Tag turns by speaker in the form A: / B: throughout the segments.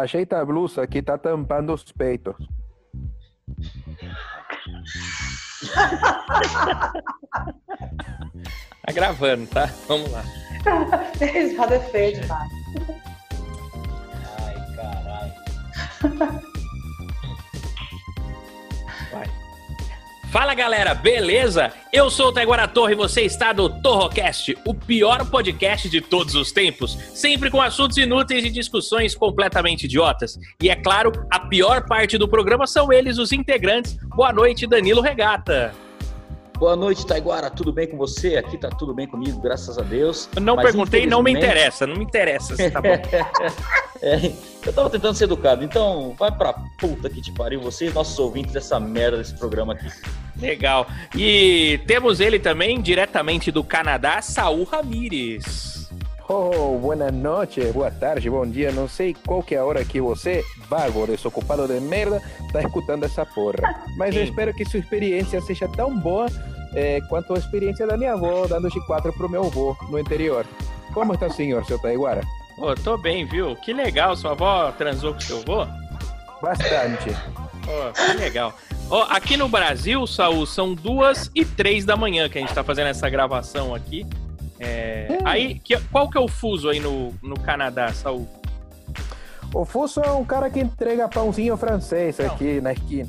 A: Ajeita a blusa que tá tampando os peitos.
B: Tá gravando, tá? Vamos lá.
C: A risada é feia demais.
B: Ai, caralho. Vai. Fala galera, beleza? Eu sou o Taiguara Torre e você está no Torrocast, o pior podcast de todos os tempos, sempre com assuntos inúteis e discussões completamente idiotas. E é claro, a pior parte do programa são eles, os integrantes. Boa noite, Danilo Regata.
D: Boa noite, Taiguara. Tudo bem com você? Aqui tá tudo bem comigo, graças a Deus.
B: Eu não
D: Mas,
B: perguntei, não me
D: infelizmente,
B: interessa, não me interessa se tá bom.
D: é, eu tava tentando ser educado, então vai pra puta que te pariu, vocês, nossos ouvintes dessa merda desse programa aqui.
B: Legal. E temos ele também, diretamente do Canadá, Saul Ramires.
A: Oh, boa noite, boa tarde, bom dia. Não sei qual que é a hora que você, vago, desocupado de merda, tá escutando essa porra. Mas eu
B: Sim.
A: espero que sua experiência seja tão boa eh, quanto a experiência da minha avó dando G4 pro meu avô no interior. Como está o senhor, seu Taiguara?
B: Pô, tô bem, viu? Que legal, sua avó transou com seu avô?
A: Bastante.
B: Pô, que legal. Ó, aqui no Brasil, Saul, são duas e três da manhã que a gente tá fazendo essa gravação aqui. É, Aí, que- qual que é o fuso aí no, no Canadá, Saul?
A: O Fuso é um cara que entrega pãozinho francês
B: Não.
A: aqui na esquina.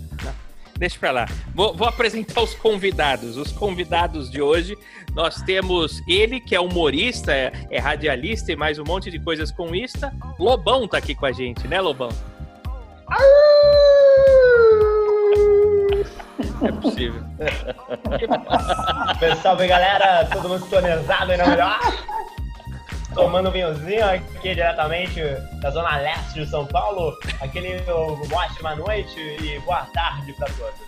B: Deixa pra lá. Vou, vou apresentar os convidados. Os convidados de hoje, nós temos ele, que é humorista, é, é radialista e mais um monte de coisas com ista. Lobão tá aqui com a gente, né, Lobão? É possível.
E: Salve galera, todo mundo sintonizado aí na melhor. Tomando um vinhozinho aqui diretamente da zona leste de São Paulo. Aquele uma ótima noite e boa tarde pra todos.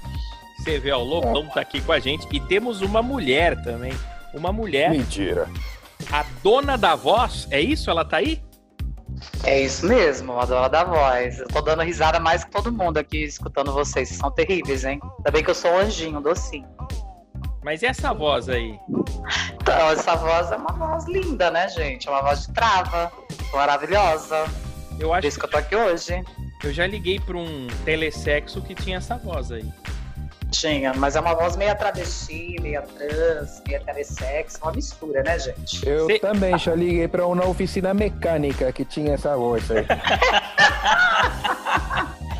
B: Você vê, ó, o Lobão tá aqui com a gente. E temos uma mulher também. Uma mulher,
A: Mentira.
B: a dona da voz, é isso? Ela tá aí?
C: É isso mesmo, a dona da voz. Eu tô dando risada mais que todo mundo aqui escutando vocês. Vocês são terríveis, hein? Ainda bem que eu sou um anjinho, um docinho.
B: Mas e essa voz aí?
C: Então, essa voz é uma voz linda, né, gente? É uma voz de trava, maravilhosa.
B: Eu
C: Por
B: acho
C: isso que eu tô aqui hoje.
B: que eu já liguei pra um telesexo que tinha essa voz aí.
C: Tinha, mas é uma voz meia travesti, meia trans, meia telesexo, uma mistura, né, gente?
A: Eu
B: Cê-
A: também já liguei para uma oficina mecânica que tinha essa voz aí.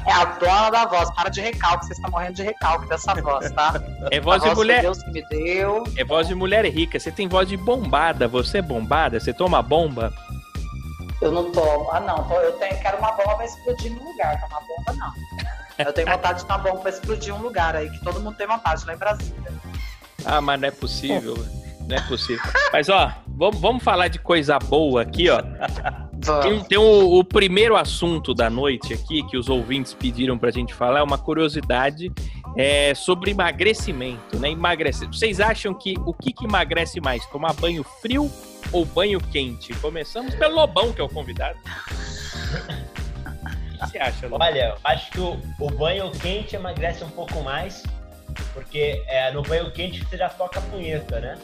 C: É a dona da voz, para de recalque, vocês estão morrendo de recalque dessa voz, tá?
B: É
C: a
B: voz de
C: voz
B: mulher.
C: que Deus que me deu.
B: É voz de mulher rica. Você tem voz de bombada. Você é bombada? Você toma bomba?
C: Eu não tomo. Ah, não. tô- Eu tenho, quero uma bomba pra explodir num lugar. Não é uma bomba, não. Eu tenho vontade de dar uma bomba pra explodir um lugar aí, que todo mundo tem vontade lá em Brasília.
B: Ah, mas não é possível. Não é possível. Mas, ó, vamos, vamos falar de coisa boa aqui, ó. Tem, um,
C: Vamos.
B: tem o, o primeiro assunto da noite aqui que os ouvintes pediram pra gente falar, é uma curiosidade é, sobre emagrecimento, né? Emagrecer. Vocês acham que o que, que emagrece mais? Tomar banho frio ou banho quente? Começamos pelo Lobão, que é o convidado. O que você acha, Lobão?
E: Olha, eu acho que o, o banho quente emagrece um pouco mais, porque é, no banho quente você já toca a punheta, né?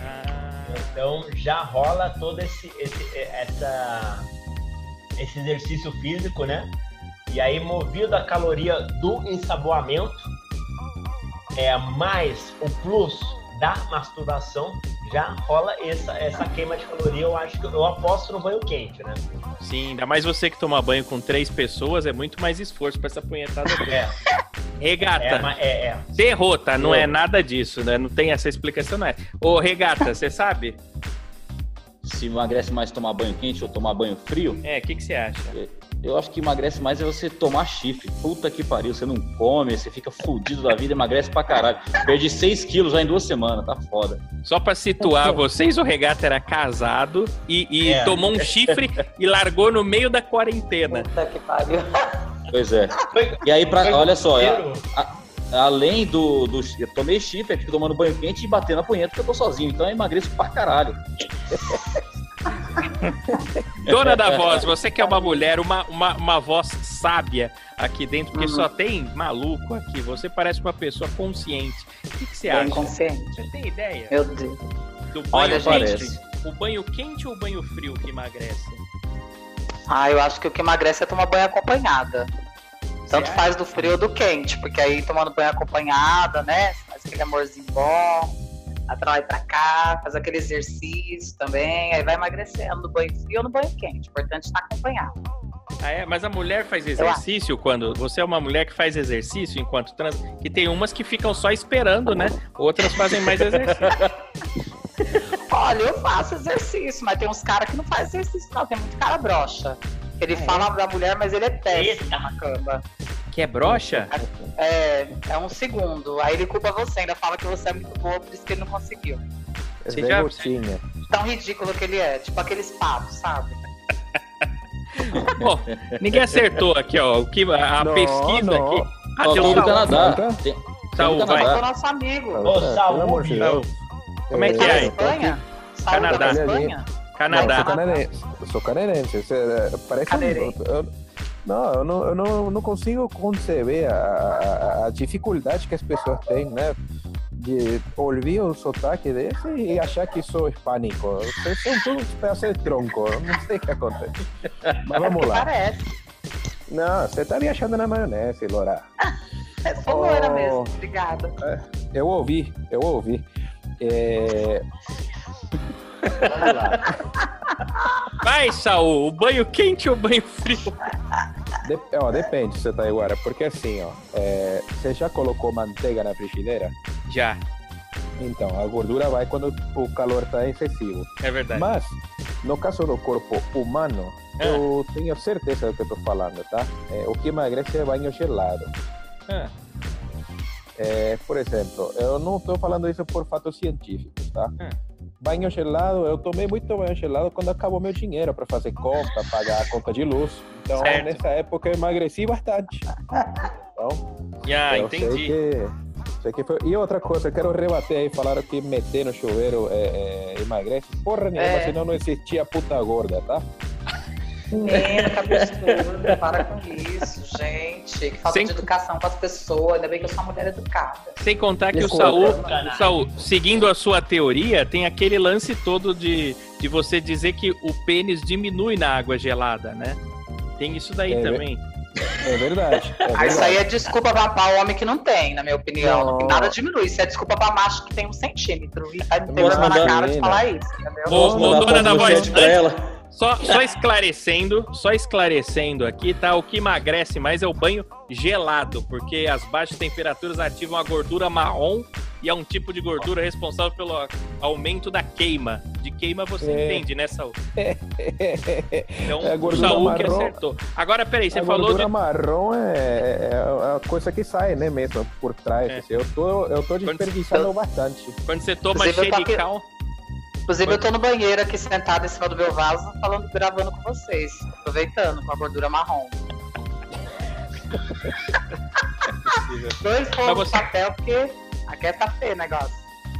B: Ah,
E: Então já rola todo esse, esse, eh, essa, esse exercício físico, né? E aí, movido a caloria do ensaboamento, é mais o plus da masturbação, já rola essa, essa queima de caloria. Eu acho que eu aposto no banho quente, né?
B: Sim, ainda mais você que toma banho com três pessoas, é muito mais esforço pra essa punhetada.
E: É,
B: Regata.
E: é, ma- é, é.
B: Derrota, não é
E: Eu.
B: nada disso, né? Não tem essa explicação, não é? Ô, regata, você sabe?
D: Se emagrece mais tomar banho quente ou tomar banho frio,
B: É, o que, que você acha?
D: eu acho que emagrece mais é você tomar chifre. Puta que pariu, você não come, você fica fudido da vida, emagrece pra caralho. Perdi 6 quilos já em duas semanas, tá foda.
B: Só pra situar vocês, o regata era casado e, e
E: É.
B: tomou um chifre e largou no meio da quarentena.
C: Puta que pariu.
D: Pois é.
E: Foi-
D: E aí, pra,
E: foi
D: olha só, é, a-
E: inteiro.
D: além do, do. Eu tomei chifre, fico tomando banho quente e batendo a punheta porque eu tô sozinho, então eu emagreço pra caralho.
B: Dona da voz, você que é uma mulher, uma, uma, uma voz sábia aqui dentro, porque
C: Uhum.
B: só tem maluco aqui. Você parece uma pessoa consciente. O que, que você
C: Tô
B: acha?
C: inconsciente.
B: Você tem ideia
C: Meu Deus.
B: do banho
D: Olha,
B: quente?
D: gente.
B: O banho quente ou o banho frio que emagrece?
C: Ah, eu acho que o que emagrece é tomar banho acompanhada. Tanto
E: acha?
C: faz do frio ou do quente, porque aí tomando banho acompanhada, né? Faz aquele amorzinho bom, atrai pra cá, faz aquele exercício também, aí vai emagrecendo no banho frio ou no banho quente. O importante é estar acompanhado.
B: Ah, é? Mas a mulher faz exercício quando. Você é uma mulher que faz exercício enquanto trans. Que tem umas que ficam só esperando, né? Outras fazem mais exercício.
C: Olha, eu faço exercício, mas tem uns caras que não faz exercício, não. Tem muito cara broxa. Ele fala da mulher, mas ele é péssimo
E: Eita.
C: na cama.
B: Que é brocha?
C: É, é um segundo. Aí ele culpa você, ainda fala que você é muito boa, por isso que ele não conseguiu.
B: Você
A: Zé
B: já-
A: Gotinha.
C: Tão ridículo que ele é, tipo aqueles papos, sabe?
B: Bom, ninguém acertou aqui, ó. O que, a a
A: Não,
B: pesquisa
A: não.
B: aqui. Ah,
D: Só
B: tem um
D: tem do
B: Saul.
D: Canadá.
A: Tá.
D: Tem,
B: Saul,
D: Tem
B: vai.
C: Mas
D: um Canadá.
C: é o nosso amigo.
E: Ô,
A: Tá,
E: Saul,
A: pelo amor de
B: Saul.
A: Deus.
B: Como é que
C: Tá na
B: é?
C: Espanha? Saúde
B: Canadá.
C: da
A: Olha
C: Espanha?
A: Não, eu sou
B: Canadá.
A: canadense. Eu sou canadense. Você, é, parece
C: Canadense.
A: um. eu- não, eu não, eu não, não consigo conceber a, a- a dificuldade que as pessoas têm, né? De ouvir um sotaque desse e achar que sou hispânico. Vocês são todos pedaços de tronco. eu Não sei o que acontece. Mas vamos lá.
C: É Parece.
A: Não, você tá viajando na maionese, Lora.
C: É só loira
A: Oh.
C: mesmo, obrigada.
A: Eu ouvi, eu ouvi. É,
E: Vamos lá.
A: tá-
B: Vai, Saul. O banho quente ou o banho frio?
A: de- ó, depende se você tá agora, porque assim, ó, é, você já colocou manteiga na frigideira?
B: Já,
A: Então, a gordura vai quando o calor está excessivo.
B: é verdade.
A: Mas, no caso do corpo humano,
B: Ah.
A: eu tenho certeza do que estou falando, tá? É, o que emagrece é banho gelado.
B: Ah,
A: É, por exemplo, eu não estou falando isso por fatos científicos, tá?
B: Ah.
A: Banho gelado, eu tomei muito banho gelado quando acabou meu dinheiro para fazer compra, pagar a conta de luz. Então,
B: Certo.
A: nessa época, eu emagreci bastante. Então, eu
B: já,
A: Sei
B: Ah, entendi.
A: que, sei que foi- E outra coisa, eu quero rebater aí, falaram que meter no chuveiro é, é, emagrece. Porra nenhuma,
C: É.
A: senão não existia puta gorda, tá? Hum.
C: Menina, que absurdo, para com isso, gente. Que falta
B: Sem-
C: de educação com as pessoas, ainda bem que eu sou uma mulher educada.
B: Sem contar que
A: Desculpa.
B: o Saul
E: Canadá.
B: Saul, seguindo a sua teoria, tem aquele lance todo de, de você dizer que o pênis diminui na água gelada, né? Tem isso daí
A: É,
B: também.
A: É verdade. É
C: Ah,
A: verdade.
C: isso aí é desculpa pra, pra homem que não tem, na minha opinião.
A: Não.
C: Nada diminui. Isso é desculpa pra macho que tem um centímetro. E vai me ter
A: Não,
C: vergonha na
A: não,
C: cara de
A: menina.
C: falar isso, entendeu?
B: Ô, ô,
D: mandar
B: dona
D: foto
B: da
D: no
B: voz,
D: chat pra
B: antes-
D: ela.
B: Só, só esclarecendo, só esclarecendo aqui, tá? O que emagrece mais é o banho gelado, porque as baixas temperaturas ativam a gordura marrom e é um tipo de gordura responsável pelo aumento da queima. De queima você
A: É.
B: entende, né, Saul? Então,
A: É a
B: o
A: gordura
B: Saul que
A: marrom.
B: acertou. Agora, peraí, você
A: a
B: falou
A: gordura
B: de
A: marrom é, é- é a coisa que sai, né, mesmo, por trás.
B: É. tá-
A: assim. Eu, tô, eu tô desperdiçando bastante.
B: quando você toma
C: Inclusive, eu tava-
B: xerical...
C: Inclusive, eu tô no banheiro aqui sentada em cima do meu vaso, falando, gravando com vocês. Aproveitando com a gordura marrom.
B: Mas
C: Dois pontos
B: você-
C: de papel, porque aqui tá feio o negócio.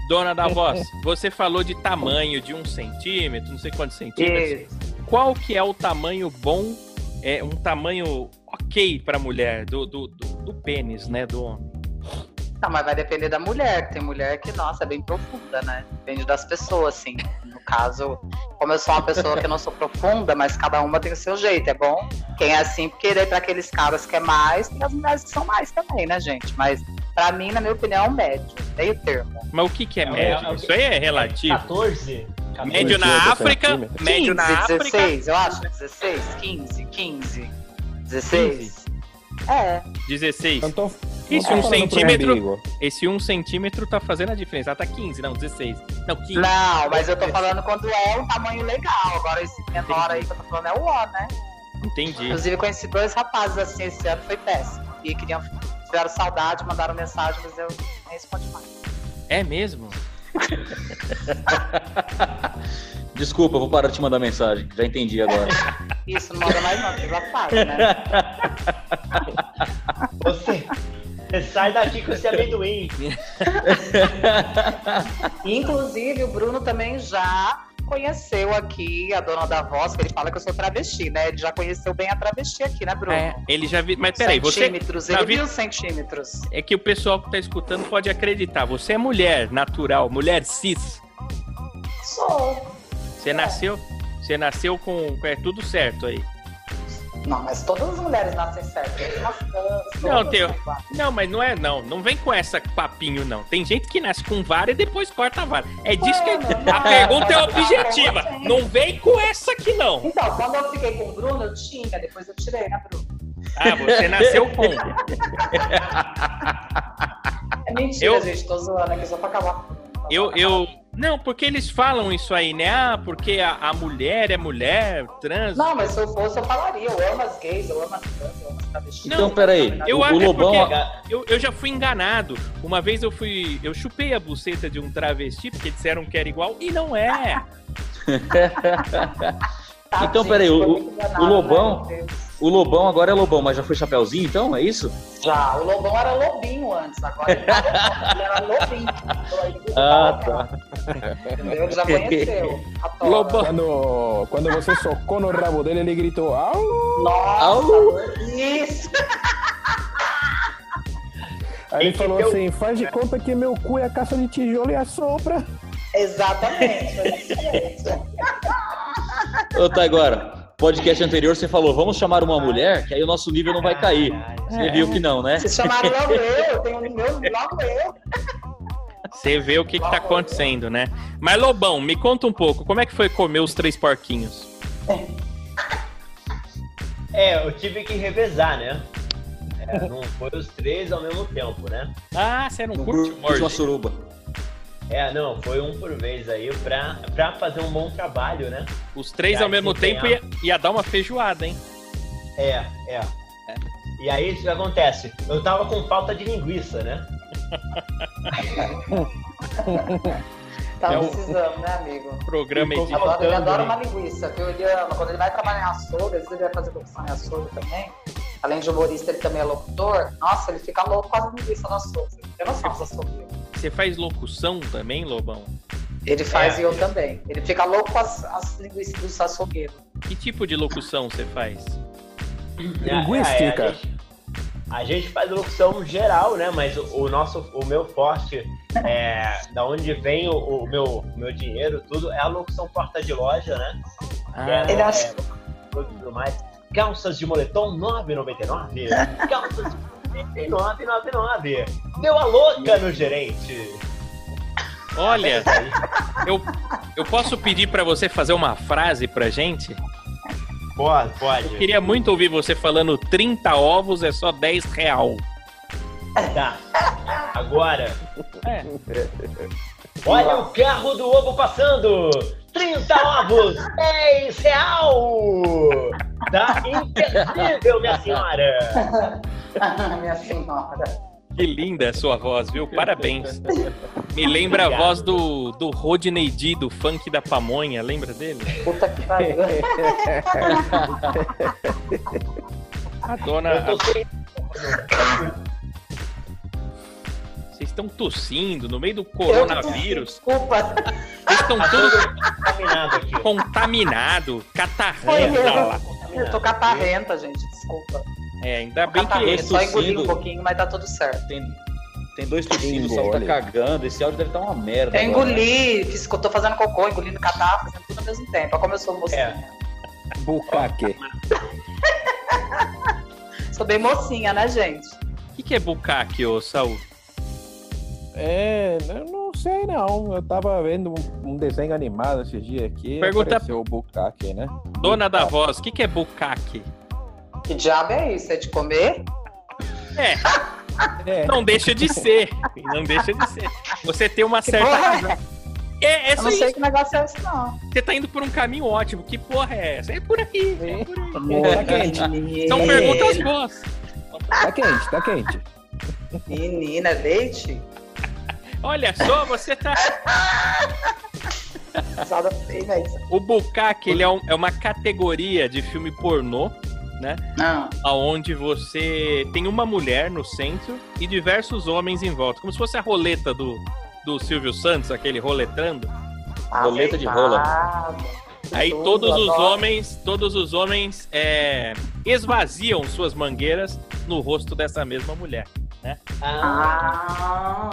B: Dona
A: É.
B: da voz, você falou de tamanho de um centímetro, não sei quantos centímetros.
C: Isso.
B: Qual que é o tamanho bom, é um tamanho ok pra mulher, do, do, do, do pênis, né, do homem?
C: Não, mas vai depender da mulher. Tem mulher que, nossa, é bem profunda, né? Depende das pessoas, assim. No caso, como eu sou uma pessoa que não sou profunda, mas cada uma tem o seu jeito, é bom? Quem é assim, porque daí pra aqueles caras que é mais, tem as mulheres que são mais também, né, gente? Mas pra mim, na minha opinião, é um médio, meio termo.
B: Mas o que que é
E: É,
B: médio?
E: é, é,
B: Isso aí é relativo.
E: 14? 14.
B: Médio na
A: 18
B: África,
A: centímetros.
B: médio na
C: 15,
B: África,
C: 16, eu acho, 16, 15, 15, 16. É,
B: 16.
A: Então, tô-
B: Isso,
A: não tô
B: um
A: falando pro
B: centímetro.
A: umbigo.
B: Esse um centímetro tá fazendo a diferença. Ela tá 15, não, 16. Não, 15.
C: não, mas eu tô falando quando é um tamanho legal. Agora esse menor aí que eu tô falando é o O, né?
B: Entendi.
C: Inclusive, conheci dois rapazes assim esse ano, foi péssimo. E queriam, tiveram saudade, mandaram mensagem, mas eu nem respondi mais.
B: É mesmo?
D: Desculpa, eu vou parar de te mandar mensagem. Já entendi agora.
C: Isso, não manda mais não, porque já sabe, né?
E: Você, você sai daqui com esse amendoim.
C: Inclusive, o Bruno também já conheceu aqui a dona da voz, que ele fala que eu sou travesti, né? Ele já conheceu bem a travesti aqui, né, Bruno?
B: É, ele já viu. Mas peraí, você.
C: centímetros,
B: já
C: ele
B: vi-
C: viu centímetros.
B: É que o pessoal que tá escutando pode acreditar. Você é mulher natural, mulher cis.
C: Sou.
B: Você nasceu, você nasceu com, é tudo certo aí.
C: Não, mas todas as mulheres nascem certas. As trans,
B: Não,
C: todas
B: Theo.
C: são iguais.
B: Não, mas não é não. Não vem com essa papinho, não. Tem gente que nasce com vara e depois corta a vara. É disso que.
C: Mano,
B: A pergunta é
C: não,
B: objetiva.
C: não, não.
B: Não vem com essa aqui, não.
C: Então, quando eu fiquei com o Bruno, eu tinha, depois eu tirei, né, Bruno?
B: Ah, você nasceu com.
C: É mentira,
B: Eu-
C: gente, tô zoando aqui só pra acabar. com o Bruno.
B: Eu, eu. Não, porque eles falam isso aí, né? Ah, porque a, a mulher é mulher, trans.
C: Não, mas se eu fosse, eu falaria. Eu amo as gays, eu amo as trans, eu amo as travestis. Tá,
B: Não,
D: Então, peraí.
B: eu
D: o,
B: acho
D: o
B: que é
D: Lobão.
B: porque-
D: a-
B: Eu, eu já fui enganado. Uma vez eu fui. Eu chupei a buceta de um travesti, porque disseram que era igual, e não é.
C: Tá,
D: Então,
C: gente,
D: peraí,
C: tô
D: o-
C: muito enganada,
D: o Lobão-
C: né, meu Deus.
D: O Lobão agora é Lobão, mas já foi Chapeuzinho, então? É isso?
C: Já, o Lobão era lobinho antes, agora ele, tá lobão, ele era lobinho. Então, aí, ele
D: Ah,
C: tava lá, Entendeu? Ele já conheceu a tora.
B: Lobão.
A: Quando, quando você socou no rabo dele, ele gritou, au!
C: Nossa,
D: Au.
C: isso!
A: Aí ele
E: que
A: falou
E: deu-
A: assim, faz de conta que meu cu é a caça de tijolo e assopra.
C: Exatamente, foi isso mesmo.
D: Ô, tá agora. Podcast anterior você falou, vamos chamar uma mulher, que aí o nosso nível não vai cair. Você viu que não, né?
C: Vocês chamaram logo eu, eu tenho o meu, logo eu.
B: Você vê o que, que tá acontecendo, né? Mas, Lobão, me conta um pouco, como é que foi comer os três porquinhos?
E: É, eu tive que revezar, né? É, não foi os três ao mesmo tempo, né?
B: Ah, você não
D: Não
B: curte o
D: curte uma
B: Morty?
D: suruba.
E: É, não, foi um por vez aí pra, pra fazer um bom trabalho, né?
B: Os três
E: Cara,
B: ao mesmo
E: se
B: tempo ia,
E: ganhar.
B: ia dar uma feijoada, hein?
E: É, é. E aí o que acontece? Eu tava com falta de linguiça, né?
C: Tá
B: É o-
C: precisando, né, amigo?
B: Programa
E: Ficou
B: de...
E: falando.
C: Tá Adoro, ele adora
E: Faltando,
C: uma linguiça, viu? Ele ama. Quando ele vai trabalhar em açougue, às vezes ele vai fazer locução em açougue também. Além de humorista, ele também é locutor. Nossa, ele fica louco com as linguiças no açougue. Eu não faço açougue.
B: Você faz locução também, Lobão?
C: Ele faz
E: É,
C: e eu
E: ele-
C: também. Ele fica louco com as, as linguiças dos açougueiros.
B: Que tipo de locução você faz?
A: Linguística.
E: É, é, a, gente, a gente faz locução geral, né? Mas o, o nosso, o meu forte, é, da onde vem o, o meu, meu dinheiro, tudo, é a locução porta de loja, né?
B: Ah,
C: Ele acha-
E: é, tudo mais. Calças de moletom 9,99. Calças de 99,99. Deu a louca no gerente.
B: olha, eu, eu posso pedir pra você fazer uma frase pra gente?
E: Pode, pode.
B: Queria muito ouvir você falando 30 ovos é só 10 real.
E: Tá. Agora.
B: É.
E: Olha o carro do ovo passando! 30 ovos! É 10 real! Tá imperdível, minha senhora!
C: Minha senhora.
B: Que linda a sua voz, viu? Parabéns. Me lembra a
E: Obrigado.
B: voz do, do Rodney D, do funk da pamonha, lembra dele?
C: Puta que pariu.
B: A dona.
E: Eu tô sem...
B: Vocês estão tossindo no meio do
C: Eu-
B: coronavírus.
C: Desculpa.
B: Vocês estão todos
E: contaminado aqui.
B: contaminados,
C: Foi
B: catarrenta lá.
C: eu. Eu tô catarrenta, gente. Desculpa.
B: É, ainda bem
C: Catarrenta.
B: que.
C: Só engoli um
D: tossindo.
C: pouquinho, mas tá tudo certo.
D: Tem, tem dois tossindo, o Saulo tá
A: Engole.
D: cagando. Esse áudio deve estar uma
B: Tá
D: merda.
C: Eu
D: agora, né?
C: engoli, fiz, tô fazendo cocô, engolindo catarro, fazendo tudo ao mesmo tempo. Olha como eu sou
B: É.
C: mocinha.
A: Bucaque.
C: Sou bem mocinha, né, gente?
B: O que, que é bucaque, ô Saul?
A: É, eu não sei não. Eu tava vendo um, um desenho animado esses dias aqui.
B: Pergunta-
A: Apareceu o bucaque, né?
B: Dona da voz, o que, que é bucaque?
C: Que diabo é isso? É de comer?
B: É,
A: É.
B: não deixa de ser. Não deixa de ser. Você tem uma certa.
C: Porra,
B: É, é
C: eu
B: só
C: não
B: isso.
C: sei que negócio é esse, não.
B: Você tá indo por um caminho ótimo. Que porra é essa? É por aí. É por aí.
A: Tá quente,
B: São
C: Menina,
B: perguntas boas.
A: tá quente, tá quente.
C: Menina, leite?
B: Olha só, você tá.
C: Casada feia, isso.
B: O Bukkake, ele é, um- é uma categoria de filme pornô,
C: Não.
B: aonde você tem uma mulher no centro e diversos homens em volta. Como se fosse a roleta do, do Silvio Santos, aquele roletando.
C: Ah,
D: Roleta de rola.
C: Aceitado.
B: Aí
C: Tudo,
B: todos os
C: adoro.
B: homens, todos os homens é, esvaziam suas mangueiras no rosto dessa mesma mulher.
E: Ah,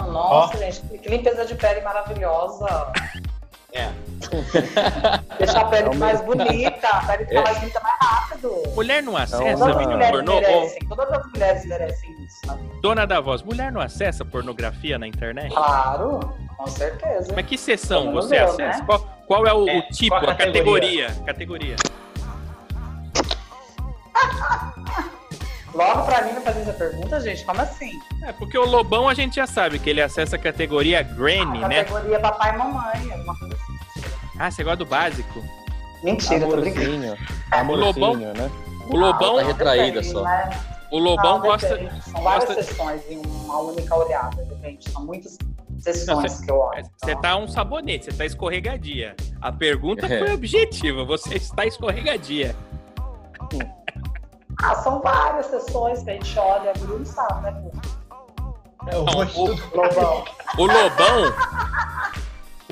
C: Ah, nossa, gente, que limpeza de pele maravilhosa.
E: é.
C: Deixar a pele mais bonita, a pele fica mais bonita mais rápido.
B: Mulher
C: Então,
B: não acessa
A: uma-
C: Todas as
B: vídeo
C: mulheres
B: pornô? Ô,
C: merecem, todas as mulheres merecem isso. né?
B: dona da voz, mulher não acessa pornografia na internet?
C: Claro, com certeza.
B: Mas que sessão
C: Pelo
B: você
C: menos Ah, eu,
B: acessa?
C: né?
B: Qual, qual é o,
E: É,
B: o tipo,
E: qual
B: a
E: a
B: categoria? Categoria.
E: categoria?
C: Logo pra mim não fazer essa pergunta, gente, como assim?
B: É, porque o Lobão a gente já sabe que ele acessa a categoria
C: Ah, tá
B: Granny, né?
C: Categoria papai e mamãe, alguma coisa assim.
B: Ah, você gosta do básico.
C: Mentira, tô brincando.
A: Amorzinho. Amorzinho, né?
B: O Lobão,
D: Ah, tá retraída
C: Depende,
D: só.
C: né?
B: o Lobão
C: Ah,
B: gosta.
C: depende. São várias
B: gosta-
C: sessões em uma única olhada, depende. São muitas
B: Não,
C: sessões
B: cê-
C: que eu olho.
B: Você
C: então.
B: tá um sabonete, você tá escorregadia. A pergunta
D: É.
B: foi objetiva, você está escorregadia.
C: Ah, são várias sessões que a gente olha, Bruno sabe, né? Bruno?
E: É o rosto do
C: Lobão.
B: O Lobão.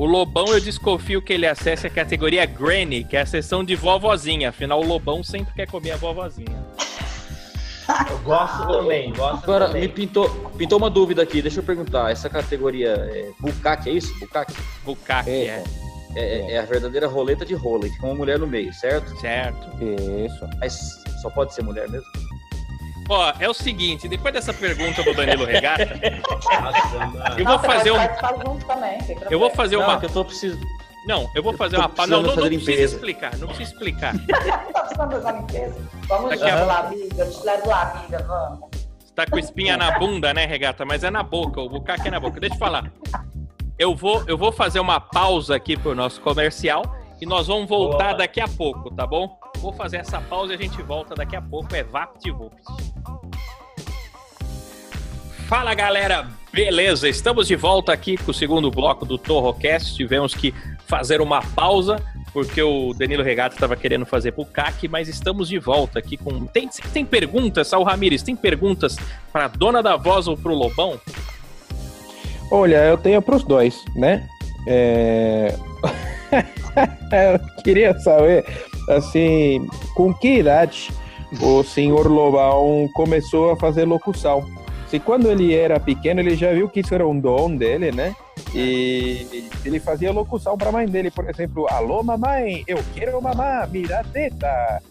B: O Lobão, eu desconfio que ele acesse a categoria Granny, que é a sessão de vovozinha. Afinal, o Lobão sempre quer comer a vovozinha.
E: Eu gosto também, gosto
D: Agora, me
E: também.
D: pintou, pintou uma dúvida aqui, deixa eu perguntar. Essa categoria é bucaque, é isso? Bucaque?
B: Bucaque, é.
A: É.
D: É, é- é a verdadeira roleta de rolê, com uma mulher no meio, certo?
B: Certo.
A: Isso.
D: Mas só pode ser mulher mesmo?
B: Ó, é o seguinte, depois dessa pergunta do Danilo Regata,
E: Nossa, mano.
B: eu vou
C: Ah, você
B: fazer
C: pode
B: um.
C: participar junto também, tem
B: Eu vou
C: problema.
B: fazer
D: não,
B: uma.
D: é que eu tô precisando.
B: Não, eu vou fazer
D: tô
B: uma. pa- Não, não, não
D: precisando fazer
B: precisa
D: limpeza.
B: explicar, não precisa explicar.
C: Tá precisando dessa limpeza? Vamos
B: Daqui
C: junto
B: a-
C: lá, amiga. Eu te levo lá, amiga. Vamos.
B: Você tá com espinha na bunda, né, regata? Mas é na boca, o bucaque é na boca. Deixa eu falar. Eu vou, eu vou fazer uma pausa aqui pro nosso comercial e nós vamos voltar
E: Opa.
B: daqui a pouco, tá bom? Vou fazer essa pausa e a gente volta daqui a pouco. É VaptVupt. Fala galera, beleza? Estamos de volta aqui com o segundo bloco do Torrocast. Tivemos que fazer uma pausa porque o Danilo Regata estava querendo fazer pro CAC, mas estamos de volta aqui com. Tem, tem perguntas, Sal Ramires? Tem perguntas para dona da voz ou pro Lobão?
A: Olha, eu tenho para os dois, né? É... eu queria saber, assim, com que idade o senhor Lobão começou a fazer locução? Se quando ele era pequeno ele já viu que isso era um dom dele, né? E ele fazia locução para a mãe dele, por exemplo, alô mamãe, eu quero mamar, mira a teta.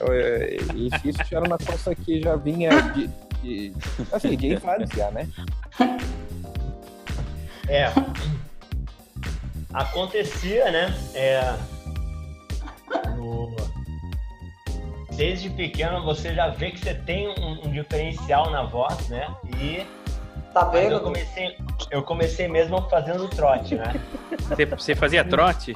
A: Eh, Isso isso já era uma coisa que já vinha de, de- assim, de infância, né?
E: É. Acontecia, né? É. no- Desde pequeno você já vê que você tem um, um diferencial na voz, né? E
C: Tá
E: mas eu
C: vendo?
E: comecei, eu comecei mesmo fazendo trote, né?
B: Você, você fazia trote?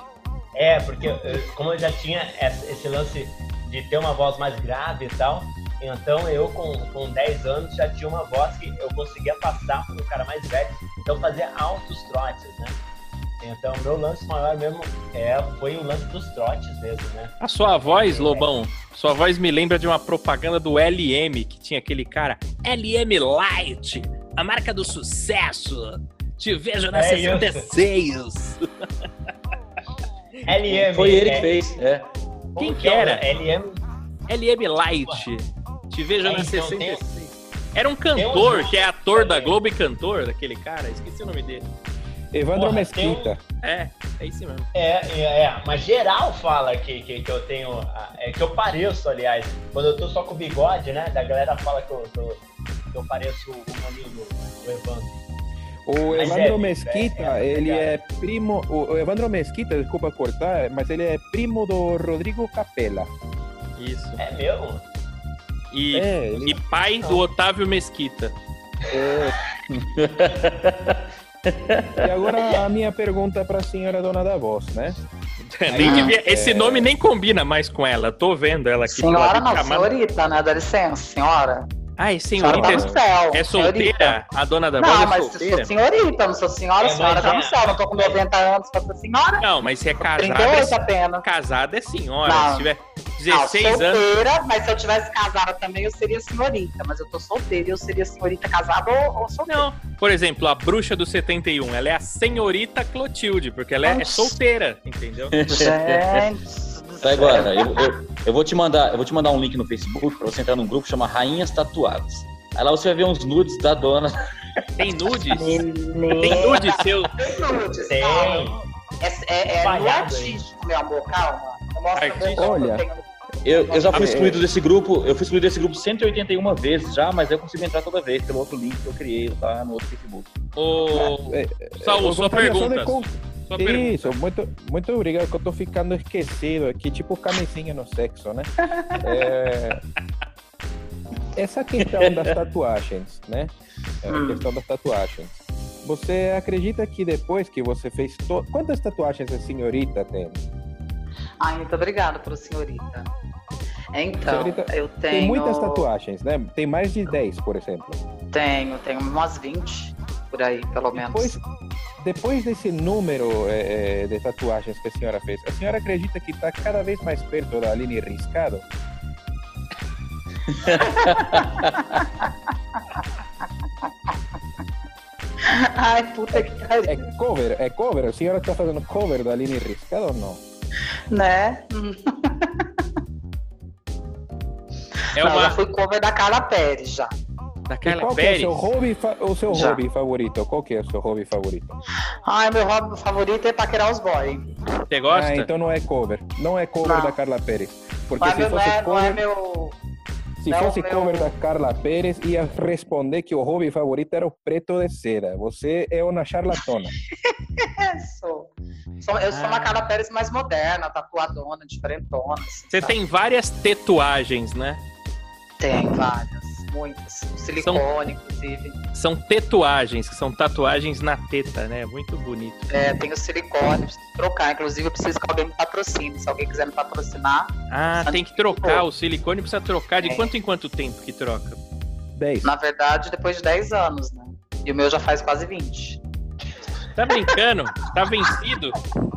E: É, porque eh, como eu já tinha essa- esse lance de ter uma voz mais grave e tal, então eu com, com 10 anos já tinha uma voz que eu conseguia passar para um cara mais velho, então fazia altos trotes, né? Então meu lance maior mesmo é, foi o lance dos trotes mesmo, né?
B: A sua voz, Lobão, sua voz me lembra de uma propaganda do LM, que tinha aquele cara, LM Light, a marca do sucesso. Te vejo na
E: É
B: 66.
E: LM.
D: Foi ele que
E: é-
D: fez, é.
E: como
B: Quem que
E: é o
B: era?
E: nome? LM.
B: LM Light. Te vejo na
E: É, então, tem-
B: 66. Era um cantor
E: tem um-
B: que é ator da Globo e cantor, daquele cara. Esqueci o nome dele.
A: Evandro
E: Porra, tem um-
A: Mesquita.
B: É, é isso mesmo.
E: É, é, é, mas geral fala que, que, que eu tenho. a- É que eu pareço, aliás. Quando eu tô só com o bigode, né? Da galera fala que eu, que eu, que eu pareço o maninho do, do Evandro.
A: O
E: Mas
A: Evandro
E: é,
A: Mesquita,
E: é, é, é
A: ele é primo. O o Evandro Mesquita, desculpa cortar, mas ele é primo do Rodrigo Capella.
B: Isso.
E: É mesmo?
B: E,
A: É, ele
B: e pai do Otávio Mesquita.
A: é. E agora a minha pergunta para a senhora dona da voz, né?
B: É, Nem devia-
A: é.
B: Esse nome nem combina mais com ela. Tô vendo ela aqui.
C: Senhora
B: Ela me
C: não,
B: chamando.
C: senhorita, né? Dá licença, senhora.
B: Ai,
C: Senhora tá
B: senhorita.
C: no céu.
B: É solteira? A dona da voz
C: Não,
B: é
C: mas assim,
B: solteira?
C: sou senhorita, não sou senhora,
E: É, mas
C: senhora tá
E: é-
C: no céu, não tô com 90 anos pra ser senhora,
B: Não, mas se é casada,
C: 38
B: é...
C: apenas. Ah,
B: casada é senhora.
C: Não.
B: Se tiver
C: Não,
B: 16 anos.
C: solteira, mas se eu tivesse casada também, eu seria senhorita, mas eu tô solteira e eu seria senhorita casada ou, ou solteira.
B: Não, por exemplo, a bruxa do 71, ela é a senhorita Clotilde, porque ela é, é solteira, entendeu?
C: Gente do
D: Tá,
C: céu.
D: agora, eu, eu, eu vou te mandar, eu vou te mandar um link no Facebook pra você entrar num grupo que chama Rainhas Tatuadas. Aí lá você vai ver uns nudes da dona.
B: Tem nudes?
C: Menina.
B: Tem nudes seu?
C: Tem nudes,
E: Tem.
C: calma. É, é, é no
E: Espalhado aí.
C: artístico, meu amor, calma. Eu mostro
B: Artístico.
C: meu dom,
A: Olha.
C: eu tenho-
D: Eu, eu já fui
B: Ah,
D: excluído desse grupo, eu fui excluído desse grupo 181 vezes já, mas eu consigo entrar toda vez pelo outro link que eu criei lá no outro Facebook.
B: Ô,
A: É,
B: Saul,
A: Eu
B: sua
A: gostaria só de
B: pergunta.
A: con-
B: Sua pergunta.
A: Isso, muito, muito obrigado, que eu tô ficando esquecido aqui, tipo camisinha no sexo, né? É, Essa questão das tatuagens, né? É, A
C: Hum.
A: questão das tatuagens. Você acredita que depois que você fez... To... Quantas tatuagens a senhorita tem?
C: Ai, muito obrigada pelo senhorita. Então,
A: Senhorita,
C: eu tenho.
A: Tem muitas tatuagens, né? Tem mais de 10, por exemplo.
C: Tenho, tenho umas 20 por aí, pelo menos.
A: Depois, depois desse número é, é, de tatuagens que a senhora fez, a senhora acredita que está cada vez mais perto da Aline Riscado?
C: Ai, puta que
A: É
C: pariu.
A: cover, é cover. A senhora está fazendo cover da Aline Riscado ou não?
C: Né?
B: É
C: Não, já
B: uma.
C: fui cover da Carla Pérez já.
B: Da
A: E
B: Carla
A: qual que é o
B: Pérez.
A: seu hobby, fa- o seu
C: Já.
A: hobby favorito? Qual que é o seu hobby favorito?
C: Ai, meu hobby favorito é paquerar os boys.
B: Você gosta?
A: Ah, então não é cover. Não é cover
C: Não.
A: da Carla Pérez. Porque
C: Mas
A: se
C: meu, não,
A: fosse,
C: é, não é
A: cover,
C: meu.
A: se
C: não é o
A: fosse
C: meu-
A: cover da Carla Pérez, ia responder que o hobby favorito era o preto de seda. Você é uma charlatona.
C: É, Sou. Sou- eu sou
B: Ah.
C: uma Carla Pérez mais moderna, tatuadona, diferentona. assim,
B: Você
C: sabe?
B: tem várias tatuagens, né?
C: Tem várias, muitas. Silicone, inclusive.
B: São tatuagens, que são tatuagens na teta, né? Muito bonito.
C: É, tenho silicone, preciso trocar. Inclusive, eu preciso que alguém me patrocine. Se alguém quiser me patrocinar,
B: Ah,
C: Sabe
B: tem que
C: que
B: trocar.
C: ficou.
B: O silicone precisa trocar de
C: É.
B: quanto em quanto tempo que troca?
A: 10.
C: na verdade, depois de 10 anos, né? E o meu já faz quase 20.
B: Tá brincando? tá vencido?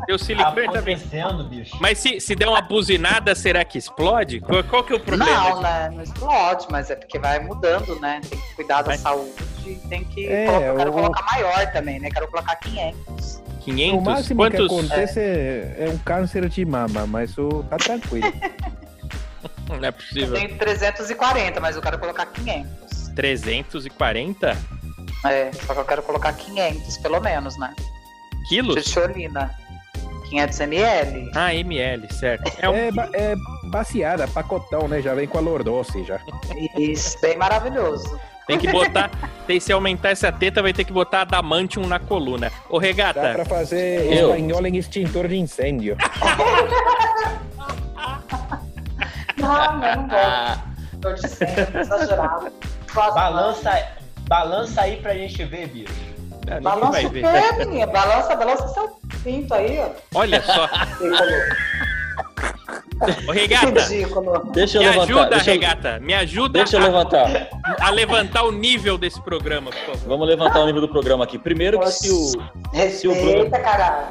B: Teu
E: Tá
B: silicone tá vencido.
E: acontecendo, bicho.
B: Mas se, se der uma buzinada, será que explode? Qual, qual que é o problema?
C: Não, né? Não explode, mas é porque vai mudando, né? Tem que cuidar da saúde, tem que.
A: É,
C: colocar- eu quero
A: o-
C: colocar maior também, né? Quero colocar 500.
A: O
B: 500?
A: máximo
B: Quantos?
A: que acontece é. é um câncer de mama, mas o... tá tranquilo.
B: Não é
C: Eu
B: possível.
C: tenho 340, mas eu quero colocar 500.
B: 340
C: É, só que eu quero colocar 500, pelo menos, né?
B: quilos?
C: Titiolina. 500 ml.
B: Ah, ml, certo. É um-
A: É, ba- é baseada, pacotão, né? Já vem com a lordose já.
C: Isso, bem maravilhoso.
B: tem que botar. Tem, se aumentar essa teta, vai ter que botar adamantium na coluna. Ô,
A: Dá
B: regata,
A: pra fazer
D: É. Eu.
A: espanhol em extintor de incêndio.
C: Não, não, não gosto.
B: Ah.
C: Tô dizendo, exagerado. Quase
E: Balança, balança aí pra gente ver, bicho.
A: né?
B: a gente
C: Balança
B: vai
C: o
B: ver.
C: pé, menina. Balança, balança seu pinto aí, ó.
B: Olha só.
C: Ridículo.
B: Ô, regata,
C: Ridículo.
D: Deixa eu
B: me
D: levantar.
B: ajuda,
D: deixa, eu-
B: regata. Me ajuda
D: deixa eu
B: a-
D: levantar.
B: a levantar o nível desse programa, por favor.
D: Vamos levantar o nível do programa aqui. Primeiro que se o, Se o Bruno-
C: Respeita, caralho.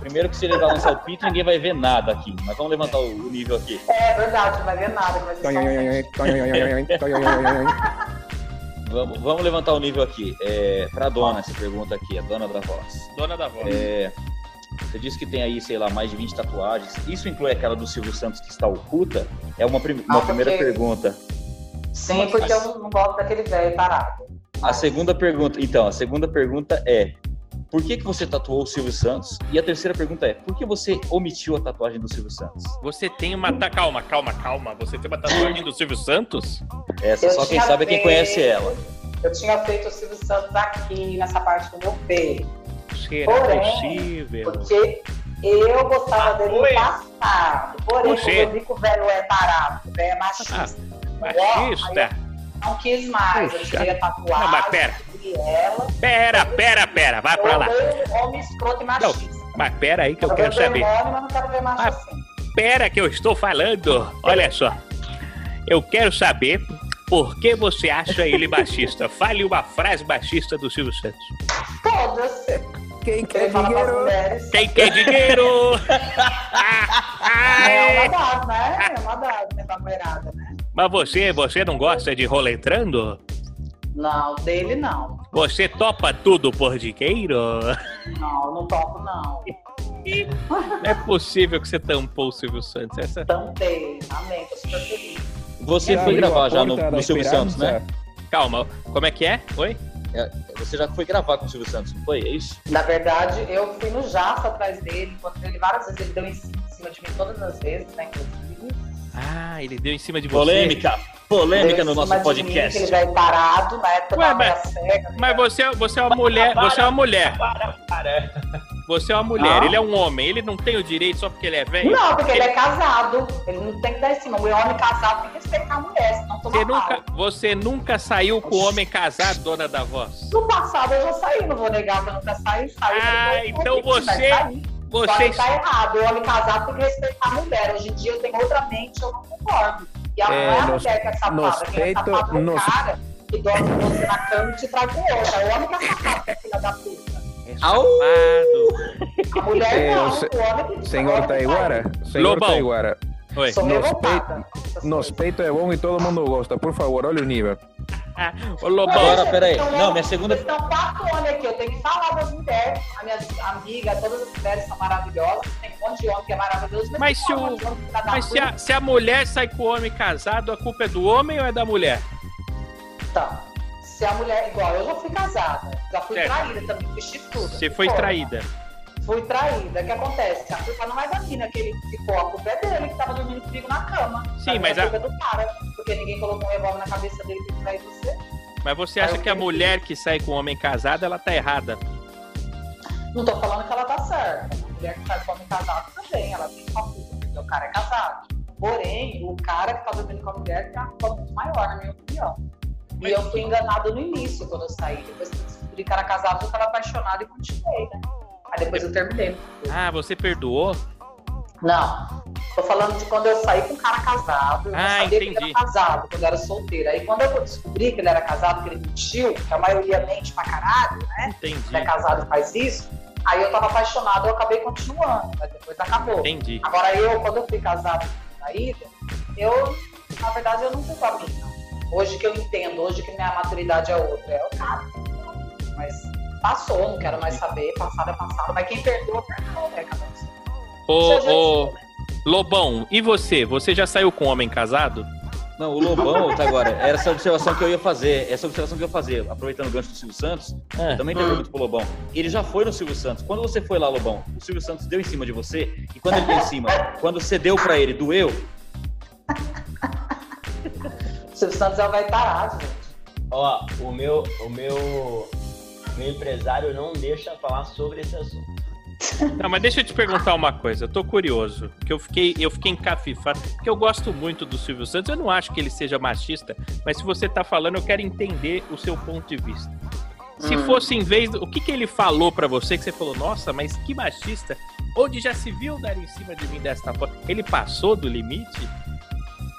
D: primeiro que se ele balançar o pinto, ninguém vai ver nada aqui. Mas vamos levantar o, o nível aqui.
C: É verdade, não vai ver nada. Mas
D: Vamos, vamos levantar o nível aqui. É, pra dona essa pergunta aqui, a dona da voz.
B: Dona da voz.
D: É, você disse que tem aí, sei lá, mais de 20 tatuagens. Isso inclui aquela do Silvio Santos que está oculta? É uma, prim- uma
C: Ah,
D: primeira
C: ok.
D: pergunta.
C: Sim, é um porque eu não- não gosto daquele velho parado.
D: A segunda pergunta, então, a segunda pergunta é: por que, que você tatuou o Silvio Santos? E a terceira pergunta é: por que você omitiu a tatuagem do Silvio Santos?
B: Você tem uma. ta- Calma, calma, calma. Você tem uma tatuagem do Silvio Santos?
D: Essa
C: Eu
D: só quem
C: tinha
D: sabe é quem
C: feito-
D: conhece ela.
C: Eu tinha feito o Silvio Santos aqui, nessa parte do meu peito.
B: Será
C: Porém,
B: possível?
C: Porque eu gostava dele
B: Ah, foi?
C: no passado. Porém,
B: Você?
C: quando eu vi que o velho é parado, o velho é machista.
B: Ah, Machista?
C: Não quis mais, eu
B: Puxa.
C: tirei a tatuagem.
B: Não, mas pera.
C: tirei ela.
B: Pera, pera, pera. Vai pra
C: eu
B: lá.
C: odeio homem escroto e machista.
B: Mas pera aí que eu quero
C: ver
B: saber.
C: Homem, mas não quero ver macho
B: Ah.
C: assim.
B: Pera que eu estou falando. Olha só. Eu quero saber por que você acha ele machista. Fale uma frase machista do Silvio Santos.
C: Todas.
A: Quem quer
B: É
C: Ele fala pras
A: dinheiro?
C: mulheres.
B: Quem quer dinheiro? Ah,
C: É
B: Ai,
C: uma dada, né? É uma dada, né? pra mulherada, né?
B: Mas você, você não gosta de rola entrando?
C: Não, dele não.
B: Você topa tudo por dinheiro?
C: Não, não topo, não.
B: Não é possível que você tampou o Silvio Santos. Essa...
C: Tampei. Então, Amém. Tô super feliz.
D: Você foi
A: abriu a
D: gravar já no,
A: porta
D: no
A: da
D: Silvio Santos, né?
A: esperança.
B: Calma, como é que é? Oi?
D: é, você já foi gravar com o Silvio Santos, não foi? É isso?
C: Na verdade, eu fui no jato atrás dele, encontrei ele várias vezes, ele deu em cima, em cima de mim todas as vezes, né, inclusive.
B: Ah, ele deu em cima de você.
D: Polêmica! Polêmica
C: Deu em
D: no nosso
C: cima de mim, que ele
D: podcast.
C: veio parado, na época
B: Ué,
C: da minha
B: mas-
C: cega. né?
B: Mas você, você é uma mulher, você é uma mulher,
E: Para, para.
B: você é uma mulher,
C: Ah.
B: ele é um homem, ele não tem o direito só porque ele é velho.
C: Não, porque ele é casado. Ele não tem que dar em cima. O homem casado tem que respeitar a mulher, senão toma
B: Você
C: pau.
B: nunca, você nunca saiu com o homem casado, dona da voz.
C: No passado eu já saí, não vou negar que eu nunca saí. saí
B: Ah,
C: mas eu
B: então
C: vou repetir, mas
B: você-
C: saí. Só
B: Você é
C: que tá errado. O homem casado tem que respeitar a mulher. Hoje em dia eu tenho outra mente, eu não concordo. E a
A: É,
C: mulher, a
A: nos-
C: mulher que é
A: nos
C: safada, quem é
A: peito-
C: safado é o
A: nos-
C: cara que dorme com você na cama e te traz com outra. O homem que é safado, que é filha da puta.
B: é
D: Au!
B: safado.
C: A mulher
A: É,
C: não,
A: o se-
C: o homem que... o homem
A: Senhor
C: que
A: Taiguara, senhor
B: Lobão.
A: Taiguara,
B: Oi.
C: Sou
A: Nos
C: revoltada. Essas
A: nos
C: coisas.
A: peito é bom e todo mundo gosta. Por favor, olha o nível.
B: Ô, Lobão,
D: Agora, peraí. Não, minha segunda-
C: então, Estão quatro homens aqui, eu tenho que falar das mulheres. A minha amiga, todas as mulheres são maravilhosas. Tem um monte de homem que é maravilhoso. Mas,
B: Mas
C: tem
B: se
C: um
B: o-
C: monte de homem que dá
B: mas se
C: puta.
B: a, se a mulher sai com o homem casado, a culpa é do homem ou é da mulher?
C: Então, se a mulher... Igual, eu já fui casada. Já fui
B: Certo.
C: traída também, fui chifruda.
B: Você foi
C: Porra,
B: traída.
C: Fui traída. O que acontece? A culpa não é da mina que ele ficou. A culpa é dele, que tava dormindo comigo na cama.
B: Sim,
C: minha
B: mas a-
C: culpa é do cara. Porque ninguém colocou um revólver na cabeça dele pra trair você.
B: Mas você acha
C: Eu
B: que a
C: entendi.
B: mulher que sai com o homem casado, ela tá errada?
C: Não tô falando que ela tá certa. A mulher que sai com homem casado também, ela tem sua culpa, porque o cara é casado. Porém, o cara que tá dormindo com a mulher tem uma culpa muito maior, na minha opinião. E eu fui enganada no início, quando eu saí. Depois que eu descobri que era casado, eu tava apaixonada e continuei, né? Aí depois eu terminei.
B: Ah, você perdoou?
C: Não. Tô falando de quando eu saí com um cara casado. Eu
B: Ah,
C: não sabia que ele
B: entendi.
C: era casado, quando eu era solteira. Aí quando eu descobri que ele era casado, que ele mentiu, que a maioria mente pra caralho, né?
B: Entendi,
C: Quem é casado faz isso. Aí eu tava apaixonada, eu acabei continuando, mas depois acabou.
B: entendi.
C: Agora eu, quando eu fui casada na ida, eu, na verdade, eu não fui com a mina. Hoje que eu entendo, hoje que minha maturidade é outra. É o cara. Mas passou, não quero mais saber, passado é passado. Mas quem perdoa, perdoa, né, cada um.
B: Ô,
C: né?
B: ô, Lobão, e você? Você já saiu com um homem casado?
D: Não, o Lobão, tá agora, era essa observação que eu ia fazer. Essa observação que eu ia fazer, aproveitando o gancho do Silvio Santos,
B: Ah,
D: também tem muito pro Lobão. Ele já foi no Silvio Santos. Quando você foi lá, Lobão, o Silvio Santos deu em cima de você. E quando ele deu em cima, quando você deu pra ele, doeu?
C: O Silvio Santos é o vai tarado, gente.
E: Ó, o meu, o meu, meu empresário não deixa falar sobre esse assunto.
B: Não, mas deixa eu te perguntar uma coisa, eu tô curioso, que eu fiquei, eu fiquei encafifado, porque eu gosto muito do Silvio Santos, eu não acho que ele seja machista, mas se você tá falando, eu quero entender o seu ponto de vista. Se
C: Hum.
B: fosse em vez do, o que que ele falou pra você que você falou, nossa, mas que machista? Onde já se viu dar em cima de mim desta forma? Ele passou do limite?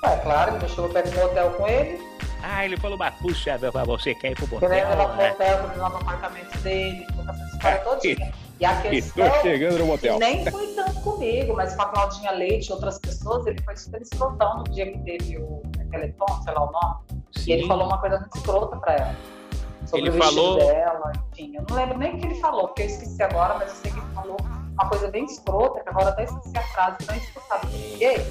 C: É claro, que deixou eu pego no hotel com ele.
B: Ah, ele falou, mas puxa, meu, você quer ir pro
C: Eu lembro
B: botel?
C: ela pro
B: né?"
C: hotel, quando lá no um apartamento dele, com essa história
B: É,
C: todinha. E a questão
A: Estou chegando no
C: que
A: motel.
C: nem foi tanto comigo, mas com a Claudinha Leite e outras pessoas, ele foi super escrotão no dia que teve o né, Teleton, sei lá o nome. E ele
B: Sim.
C: falou uma coisa muito escrota pra ela. Sobre
B: Ele
C: o vestido
B: falou-
C: dela, enfim. Eu não lembro nem o que ele falou, porque eu esqueci agora, mas eu sei que ele falou uma coisa bem escrota, que agora eu até esqueci a frase, não escutado por quê.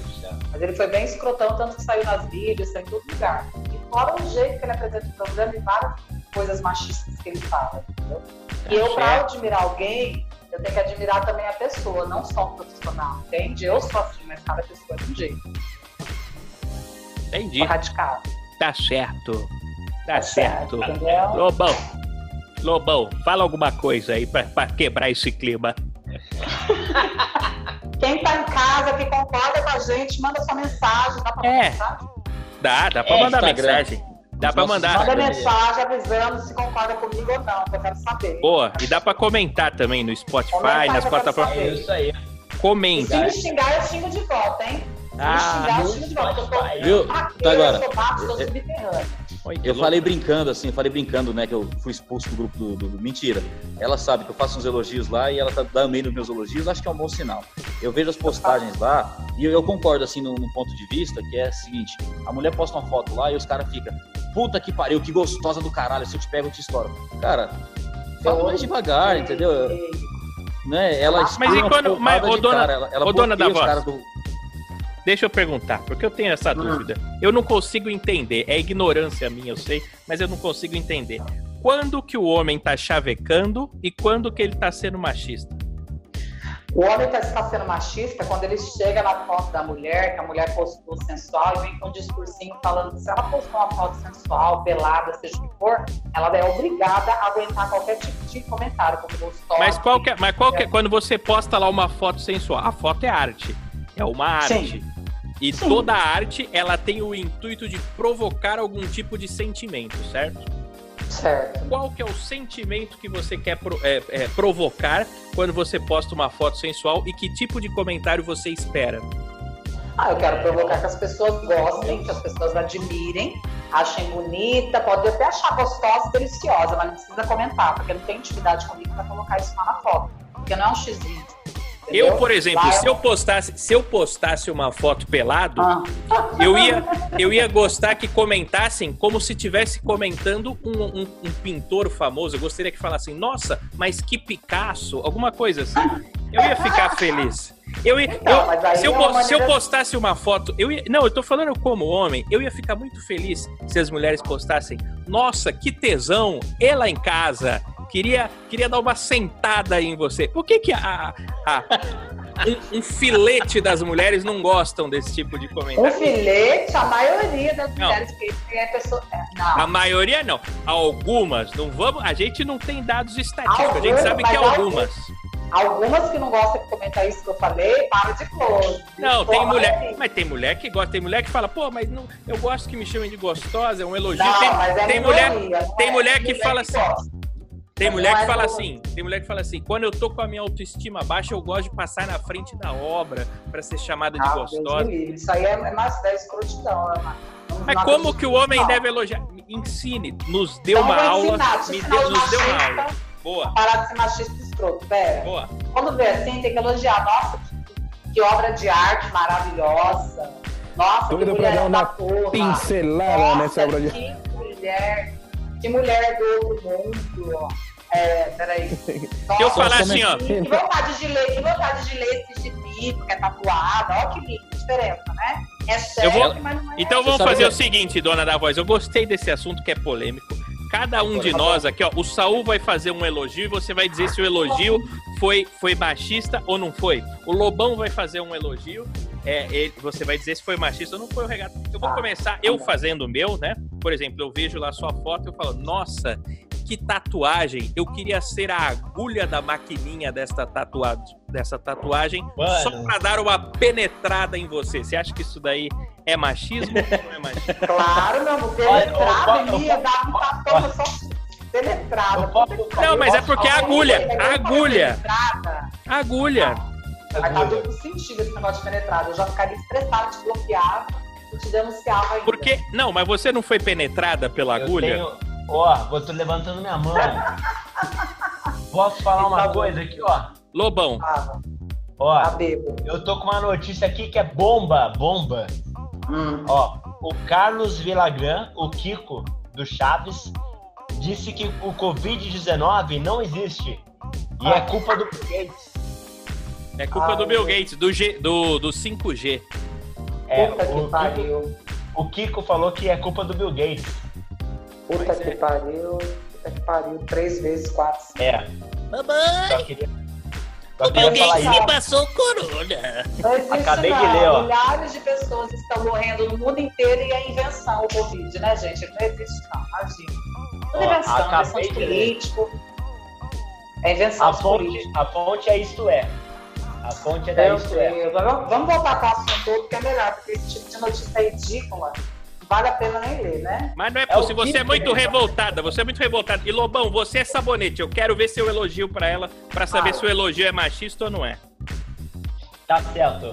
C: Mas ele foi bem escrotão, tanto que saiu nas vídeos, saiu em todo lugar. E fora o jeito que ele apresenta o problema e várias coisas machistas que ele fala, entendeu? E eu, pra
B: certo.
C: admirar alguém, eu tenho que admirar também a pessoa, não só o profissional, entende? Eu sou assim, mas cada pessoa é de um jeito,
B: Entendi.
C: sou radical.
B: Tá certo. Tá
C: Tá certo,
B: certo.
C: entendeu?
B: Lobão, Lobão, fala alguma coisa aí pra, pra quebrar esse clima.
C: Quem tá em casa, que concorda com a gente, manda sua mensagem, dá pra
B: É.
C: mensagem?
B: Dá, dá pra
D: É,
B: mandar
D: Instagram.
B: mensagem. Dá
D: Os
B: pra
D: nossos
B: mandar.
D: Instagram.
C: Manda
D: beleza.
C: mensagem avisando se concorda comigo ou não, que eu quero saber.
B: Boa, e dá pra comentar também no Spotify,
C: Comentar,
B: nas
C: eu quero
B: plataformas.
C: saber.
E: É isso aí.
C: E
B: Comenta.
C: se me xingar, eu xingo de volta, hein? Se
B: Ah,
C: me xingar, eu
E: não
C: xingo de volta. Eu tô
E: vai.
D: Viu?
C: fraqueira,
D: Tá agora.
C: eu sou baixo, sou
D: É-
C: subterrânea.
B: Olha,
D: Eu falei brincando, assim, falei brincando, né, que eu fui expulso do grupo do, do- do- Mentira. Ela sabe que eu faço uns elogios lá e ela tá dando meio nos meus elogios, acho que é um bom sinal. Eu vejo as postagens lá e eu, eu concordo, assim, num, num ponto de vista, que é o seguinte, a mulher posta uma foto lá e os caras ficam, puta que pariu, que gostosa do caralho, se eu te pego, eu te estouro. Cara, fala mais devagar, Ah, entendeu?
C: E-
D: Né? Ela
C: Mas
D: espirra
B: e
D: uma
B: quando- mas,
D: porrada
B: ô,
D: de
B: dona-
D: cara, ela, ela
B: ô, dona
D: bloqueia
B: da
D: os
B: voz.
D: caras do-
B: Deixa eu perguntar, porque eu tenho essa
C: Hum.
B: dúvida. Eu não consigo entender. É ignorância minha, eu sei, mas eu não consigo entender. quando que o homem tá chavecando e quando que ele tá sendo machista?
C: O homem tá- está sendo machista quando ele chega na foto da mulher, que a mulher postou sensual e vem com um discursinho falando que se ela postou uma foto sensual, pelada, seja o que for, ela é obrigada a aguentar qualquer tipo de comentário, como gostosa.
B: Mas qual que é, mas qual que é- quando você posta lá uma foto sensual, a foto é arte, é uma arte. E
C: Sim.
B: toda arte, ela tem o intuito de provocar algum tipo de sentimento, certo?
C: Certo.
B: Qual que é o sentimento que você quer pro- é, é, provocar quando você posta uma foto sensual e que tipo de comentário você espera?
C: Ah, eu quero provocar que as pessoas gostem, que as pessoas admirem, achem bonita, pode até achar gostosa, deliciosa, mas não precisa comentar, porque não tem intimidade comigo para colocar isso lá na foto. Porque não é um xizinho.
B: Eu,
C: entendeu?
B: por exemplo,
C: Lá
B: se eu postasse, se eu postasse uma foto pelado,
C: Ah.
B: eu ia, eu ia gostar que comentassem como se estivesse comentando um, um- um pintor famoso. Eu gostaria que falassem, nossa, mas que Picasso, alguma coisa assim. Eu ia ficar feliz. Eu ia-
C: Então,
B: eu-
C: mas aí
B: se, eu,
C: é
B: pos-
C: uma
B: se eu
C: maneira-
B: postasse uma foto, eu ia- não, eu tô falando como homem, eu ia ficar muito feliz se as mulheres postassem, nossa, que tesão, ela em casa, queria, queria dar uma sentada aí em você. Por que que a, a- um, um filete das mulheres não gostam desse tipo de
C: O
B: comentário?
C: um filete, a maioria das
B: Não.
C: mulheres que é pessoa. é,
B: A
C: Não.
B: maioria não. Algumas, não vamos. A gente não tem dados estatísticos, a gente
C: Algumas,
B: sabe que
C: mas
B: algumas.
C: Algumas que não gostam de comentar isso que eu falei, para de close.
B: Não,
C: Pô,
B: tem
C: mas
B: mulher.
C: assim,
B: Mas tem mulher que gosta, tem mulher que fala, pô, mas não, eu gosto que me chamem de gostosa, é um elogio.
C: Não,
B: tem
C: mas é
B: tem
C: minoria,
B: mulher,
C: não
B: tem
C: é
B: mulher que fala assim.
C: gosta.
B: tem mulher
C: não
B: que
C: é
B: fala
C: todo
B: assim, tem mulher que fala assim, quando eu tô com a minha autoestima baixa, eu gosto de passar na frente da obra pra ser chamada de
C: Ah, Deus
B: gostosa.
C: me livre. Isso aí é, é mais da escrotidão, né, mano? Não-
B: Mas
C: não
B: como
C: acredito.
B: que o homem
C: Não.
B: deve elogiar? Ensine, nos deu
C: Então
B: uma
C: vou
B: aula,
C: ensinar, te
B: me
C: ensinar
B: deu,
C: os
B: nos deu uma
C: machistas
B: aula. Boa,
C: a Parar de ser machista escroto, pera.
B: boa.
C: Quando vê assim, tem que elogiar. Nossa, que- que obra de arte maravilhosa. Nossa,
A: Doido
C: que
A: pra
C: mulher
A: dar uma
C: da porra.
A: Pincelada
C: Nossa,
A: nessa obra de.
C: Que mulher, que mulher do outro mundo. ó. É, peraí. Nossa,
B: Se eu falar assim, ó,
C: Que vontade de ler, que vontade de ler esse gibi, porque é tatuado. Ó, que lindo, que diferença, né? É sério,
B: vou-
C: mas não é.
B: Então vamos
D: sabe
B: fazer
D: que-
B: o seguinte, dona da voz. Eu gostei desse assunto que é polêmico. Cada um de nós aqui, ó, o Saul vai fazer um elogio e você vai dizer se o elogio foi, foi machista ou não foi. O Lobão vai fazer um elogio, é, ele- você vai dizer se foi machista ou não foi o regato. Eu vou começar eu fazendo o meu, né? Por exemplo, eu vejo lá sua foto e eu falo, nossa, que tatuagem! Eu queria ser a agulha da maquininha desta tatua dessa tatuagem
E: Mano.
B: só pra dar uma penetrada em você. Você acha que isso daí é machismo ou não é machismo?
C: Claro, meu amor,
E: Olha, eu
C: penetrado
E: posso-
C: ali, ia
E: eu
C: dar um tapão só penetrada.
E: Eu posso-
B: Não, mas é porque a agulha, a agulha,
C: Penetrada,
B: a agulha.
C: vai dar duplo sentido esse negócio de penetrada. Eu já ficaria estressada, te bloqueava e te denunciava ainda.
B: Porque não, mas você não foi penetrada pela agulha?
E: Eu tenho... Ó, vou tô levantando minha mão. Posso falar
C: Tá
E: uma coisa aqui, ó?
B: Lobão,
C: Tava, tá a
E: Ó,
C: bebo.
E: eu tô com uma notícia aqui que é bomba, bomba.
C: Hum.
E: Ó, o Carlos Villagrán, o Kiko do Chaves, disse que o Covid-19 não existe. E é culpa do Bill Gates.
B: é culpa
C: Ah,
B: do Bill
C: eu-
B: Gates, do, G, do, do 5G.
E: É,
C: Puta
E: o,
C: que
E: Kiko,
C: pariu.
E: o Kiko falou que é culpa do Bill Gates.
C: Puta que pariu. Puta que pariu. Três vezes, quatro, cinco.
E: É. Só queria, só queria falar isso.
C: me
B: passou o corona.
C: Não existe,
E: Acabei de
C: não.
E: ler, ó.
C: Milhares de pessoas estão morrendo no mundo inteiro e é invenção o Covid, né, gente? Não existe, não. Imagina. Tudo é
E: Ó,
C: invenção, invenção
E: acabei
C: de
E: de ler.
C: político. É invenção
E: A
C: de
E: fonte,
C: político.
E: a fonte é isto é. A fonte é da
C: Meu
E: isto é.
C: Deus. Vamos vamos voltar para o assunto outro, que é melhor, porque esse tipo de notícia é ridícula. Não vale a pena nem ler, né?
B: Mas não é
E: É o
B: possível, você é
E: Kiko,
B: muito
E: né?
B: revoltada, você é muito revoltada. E Lobão, você é sabonete, eu quero ver seu elogio pra ela, pra saber
C: Ah.
B: se o elogio é machista ou não é.
E: Tá certo.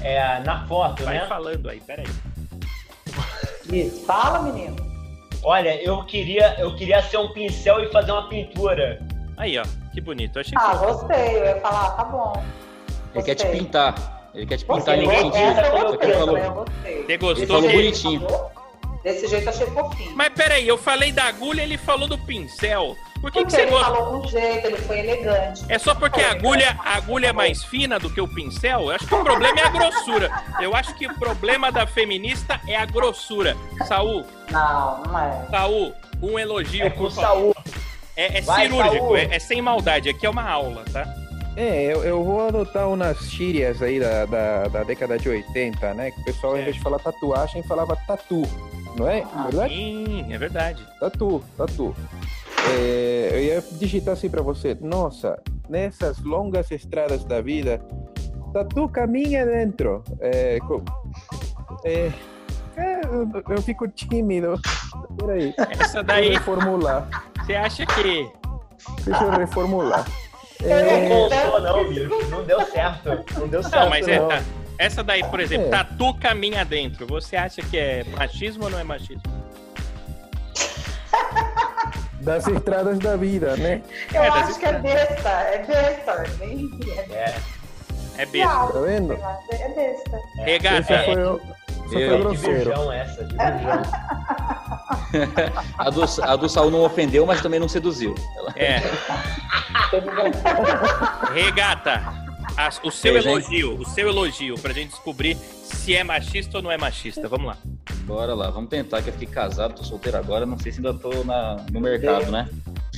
E: É, na foto,
B: Vai
E: né?
B: falando aí, peraí.
C: Isso. Fala, menino.
E: Olha, eu queria, eu queria ser um pincel e fazer uma pintura.
B: Aí, ó, que bonito, achei
C: Ah,
B: que...
C: gostei. Eu ia falar, ah, tá bom.
D: Ele quer te
C: Gostei.
D: pintar. Ele quer te
C: Gostei.
D: pintar em algum
E: ninguém
C: Essa é
D: sentido.
E: pinta,
C: eu
D: Só
E: pelo
D: que ele
C: gostei,
D: falou,
C: também eu gostei.
B: Você
D: ele
B: gostou
D: falou
B: de...
D: bonitinho.
C: Desse jeito eu achei fofinho.
B: Mas peraí, eu falei da agulha, ele falou do pincel. Por que, que
C: Porque
B: você
C: ele
B: gosta?
C: falou com jeito, ele foi elegante.
B: É só porque a agulha, a agulha é mais fina do que o pincel? Eu acho que o problema é a grossura. Eu acho que o problema da feminista é a grossura. Saul,
C: Não, não é.
B: Saul, um elogio,
E: É com
B: por
E: saúde.
B: É, é
E: Vai,
B: cirúrgico,
E: Saul.
B: é, é sem maldade. Aqui é uma aula, tá?
A: É, eu, eu vou adotar umas gírias aí da, da, da década de 80, né? Que o pessoal, ao
B: É.
A: invés de falar tatuagem, falava tatu, não é?
C: Ah,
A: Verdade?
B: Sim, é verdade.
A: Tatu, tatu. É, eu ia digitar assim pra você. Nossa, nessas longas estradas da vida, tatu caminha dentro. É, co- é, é, eu, eu fico tímido. Peraí,
B: Essa
A: deixa eu
B: daí,
A: reformular.
B: você acha que.
A: Deixa eu reformular.
E: Não
A: É,
E: voltou, não, bicho. Não deu certo. Não deu certo.
B: Não, mas é,
A: não.
B: tá. Essa daí, por exemplo, tá
A: É.
B: tatu caminha dentro. Você acha que é machismo ou não é machismo?
A: das estradas da vida, né?
C: Eu
B: É, das
C: acho que é besta, é besta, é bem. É bem
E: É,
B: É besta.
A: Tá vendo?
C: É besta.
B: Regata.
A: Esse
E: É,
A: foi o. Só foi
D: Eu-
E: foi de
A: grosseiro.
E: virgão essa, de virgão.
D: A do, a do Saul não ofendeu, mas também não seduziu. Ela-
B: É. Regata. as- o seu
D: Veja, hein?
B: elogio, o seu elogio, pra gente descobrir se é machista ou não é machista. Vamos lá.
D: Bora lá, vamos tentar, que eu fiquei casado, tô solteiro agora, não sei se ainda tô na, no mercado, né?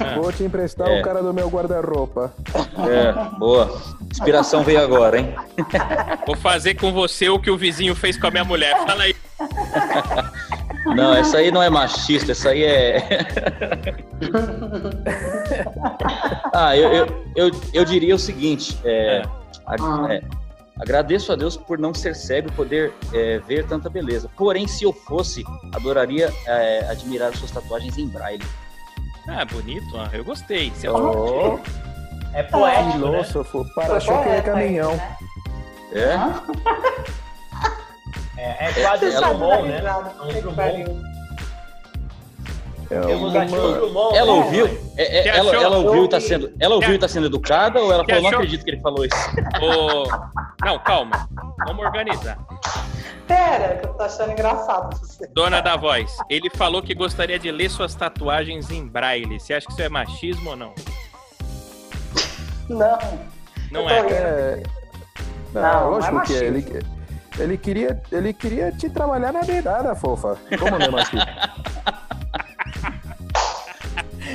B: Ah,
A: Vou te emprestar
D: É.
A: o cara do meu guarda-roupa.
D: É, boa. Inspiração veio agora, hein?
B: vou fazer com você o que o vizinho fez com a minha mulher. Fala aí.
D: Não, essa aí não é machista, essa aí é. ah, eu, eu, eu, eu diria o seguinte: é,
B: É.
D: a- é, agradeço a Deus por não ser cego e poder é, ver tanta beleza. Porém, se eu fosse, adoraria é, admirar as suas tatuagens em braille.
B: Ah, bonito. ó, Eu gostei. Você
A: Oh,
E: É poético, né?
A: filósofo, para-choque de caminhão.
C: né?
D: É?
E: É, é quase um
D: Ela-
E: trombone, né? É um trombone.
A: É
E: Temos aqui um
A: uma-
E: trombone.
D: Ela ouviu? É, é,
B: Você
D: ela,
B: achou?
D: ela ouviu e tá sendo, ela ouviu
B: Você
D: e tá sendo educada ou ela
B: Você
D: falou, não
B: achou?
D: acredito que ele falou isso?
B: Ô, Não, calma. Vamos organizar.
C: Pera, que eu tô achando engraçado você.
B: Dona da voz, ele falou que gostaria de ler suas tatuagens em braille. Você acha que isso é machismo ou não?
C: Não.
B: Não
C: Eu
B: é.
C: tô
B: cara.
A: É... Não,
C: Não,
A: lógico
C: não é
A: que é. ele, ele queria, ele queria te trabalhar na beirada, fofa. Como não é machista?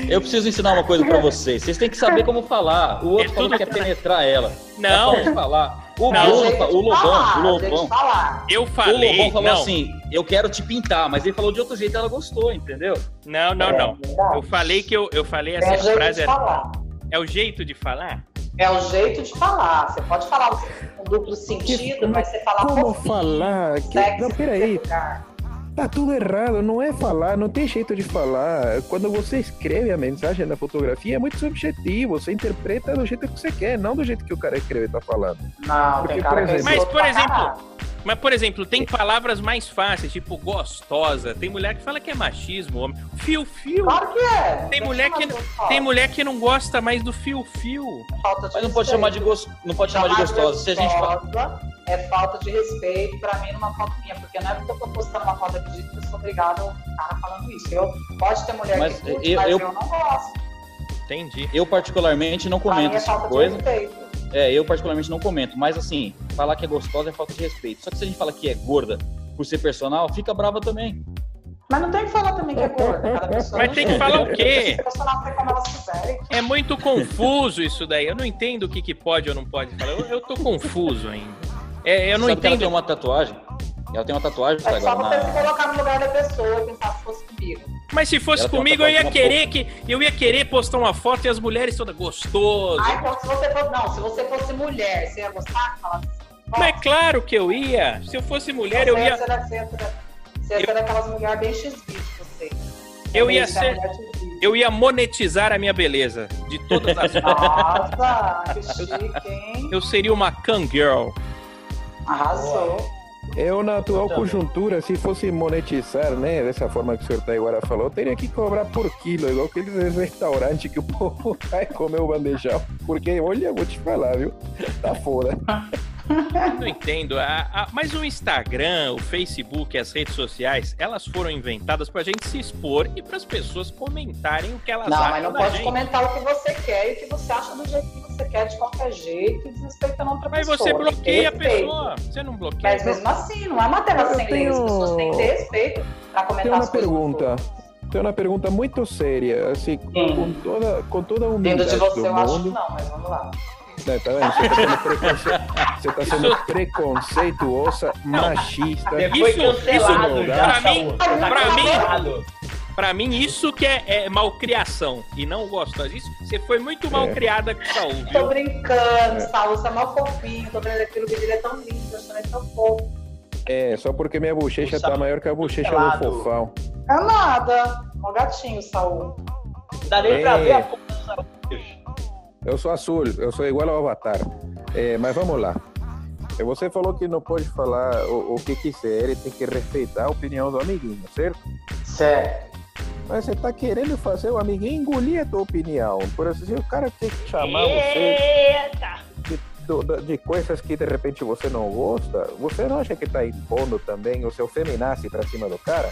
D: Eu preciso ensinar uma coisa pra vocês. Vocês têm que saber como falar. O
B: É
D: outro falou
B: tudo
D: que quer penetrar ela.
B: Não,
D: Ela falou de falar. O
B: Não.
D: Bruno,
C: Gente,
D: fa- o Lobão,
C: falar,
D: o
C: Ah, gente,
D: Lobão.
C: falar.
B: eu
D: O Lobão
B: falei.
D: falou
B: Não,
D: assim: eu quero te pintar, mas ele falou de outro jeito ela gostou, entendeu?
B: não, não, não.
C: É verdade.
B: Eu falei que eu, eu falei
C: É o
B: essa
C: jeito
B: frase.
C: de falar.
B: É o jeito de falar?
C: É o jeito de falar. Você pode falar com duplo sentido,
A: como-
C: mas você falar
A: Como
C: fofinho,
A: falar? Que...
C: sexy,
A: Não, peraí.
C: vulgar.
A: Tá tudo errado, não é falar, não tem jeito de falar. Quando você escreve a mensagem na fotografia, é muito subjetivo. Você interpreta do jeito que você quer, não do jeito que o cara escreve tá falando.
C: Não,
A: Porque,
C: tem cara
A: por
C: que é
A: exemplo-
B: Mas,
C: escroto
B: por
C: pra
B: exemplo,
C: caralho.
B: Mas, por exemplo, tem palavras mais fáceis, tipo gostosa. Tem mulher que fala que é machismo. homem. Fio-fio.
C: Claro que é.
B: Tem mulher que- Tem mulher que não gosta mais do fio-fio.
D: Mas não pode chamar de gostoso. Não pode chamar de gostosa. Se a gente fala.
C: É falta de respeito pra mim numa foto minha, porque não é porque eu tô postando uma foto de jeito que eu sou obrigada a um cara falando isso. Eu, pode ter mulher
D: Mas
C: que curte,
D: eu-
C: mas eu,
D: eu-
C: não gosto.
B: Entendi.
D: Eu, particularmente, não
C: Pra mim
D: comento
C: é
D: essa
C: falta
D: coisa.
C: de respeito.
D: É, eu particularmente não comento, mas assim, falar que é gostosa é falta de respeito. Só que se a gente fala que é gorda por ser personal, fica brava também.
C: Mas não tem que falar também que é gorda. Cada pessoa
B: Mas tem que falar o quê?
C: As pessoas nascem como elas quiserem.
B: É muito confuso isso daí. Eu não entendo o que, que pode ou não pode falar. Eu, eu tô confuso ainda. É, eu não
D: Sabe que ela
B: entendo.
D: tem uma tatuagem? Ela tem uma tatuagem tá,
C: É só
D: agora
C: você se
D: na...
C: colocar no lugar da pessoa e pensar se fosse comigo.
B: Mas se fosse
D: Ela tem uma
B: comigo, eu ia
D: tatuagem
B: querer que. Eu ia querer postar uma foto e as mulheres todas gostosas.
C: Ah, então se você fosse. Não, se você fosse mulher, você ia gostar de falar assim?
B: Mas é claro que eu ia. Se eu fosse mulher, eu
C: Você
B: ia.
C: Você era, você era, você era daquelas mulheres bem x-vídeo, você.
B: Eu
C: Bem
B: ia
C: da
B: ser-
C: mulher x-vídeo.
B: Eu ia monetizar a minha beleza. De todas as
C: Nossa, que chique, hein?
B: Eu seria uma Kangirl.
C: Arrasou.
A: Eu, na É atual
E: Totalmente.
A: conjuntura, se fosse monetizar, né, dessa forma que o senhor Taiguara falou, eu teria que cobrar por quilo, igual aqueles restaurantes que o povo vai comer o bandejão. Porque, olha, vou te falar, viu? Tá foda.
B: Não entendo. a- a- mas o Instagram, o Facebook, as redes sociais, elas foram inventadas pra gente se expor e pras pessoas comentarem o que elas
C: Não,
B: acham.
C: mas não
B: da
C: pode
B: gente.
C: comentar o que você quer e o que você acha do jeito que você quer, de qualquer jeito, e desrespeitando outra
B: Mas
C: pessoa.
B: você bloqueia a
C: Respeito.
B: pessoa. Você não bloqueia.
C: Mas mesmo assim, não é uma tela
A: Eu
C: sem lei,
A: tenho-
C: as pessoas têm que ter respeito pra comentar
A: Tem uma
C: as coisas dos
A: pergunta.
C: outros.
A: Tem uma pergunta muito séria, assim, com,
C: Sim.
A: com toda, com toda a
C: Vindo
A: humildade
C: de você,
A: do
C: eu acho que
A: mundo.
C: não, mas vamos lá.
A: Né, tá vendo? Você tá sendo, preconce- você tá sendo preconceituosa, machista.
E: Foi
B: Isso,
E: cancelado
A: isso,
E: já,
B: pra
E: Saúl.
B: mim-
E: Tá
B: pra mim-
E: cancelado.
B: Pra mim, isso que é, é malcriação e não gostosa. Isso, você foi muito mal
A: É.
B: criada com o Saul,
C: Tô
B: viu?
C: brincando, Saúl, você é mó fofinho, tô vendo aquilo que ele é tão lindo, eu achando ele tão fofo.
A: É, só porque minha bochecha tá maior que a bochecha do
E: Pelado.
A: fofão.
C: É nada, mó gatinho, Saúl.
E: Não dá nem pra
A: É.
E: ver a porra do Saúl.
A: Eu sou azul, eu sou igual ao Avatar. É, mas vamos lá. É, Você falou que não pode falar o, o que quiser e tem que respeitar a opinião do amiguinho, certo?
C: Certo.
A: Mas você tá querendo fazer o amiguinho engolir a tua opinião. Por assim dizer, o cara quer chamar você
E: Eita!
A: do- da- de coisas que de repente você não gosta. Você não acha que tá impondo também o seu feminazi pra cima do cara?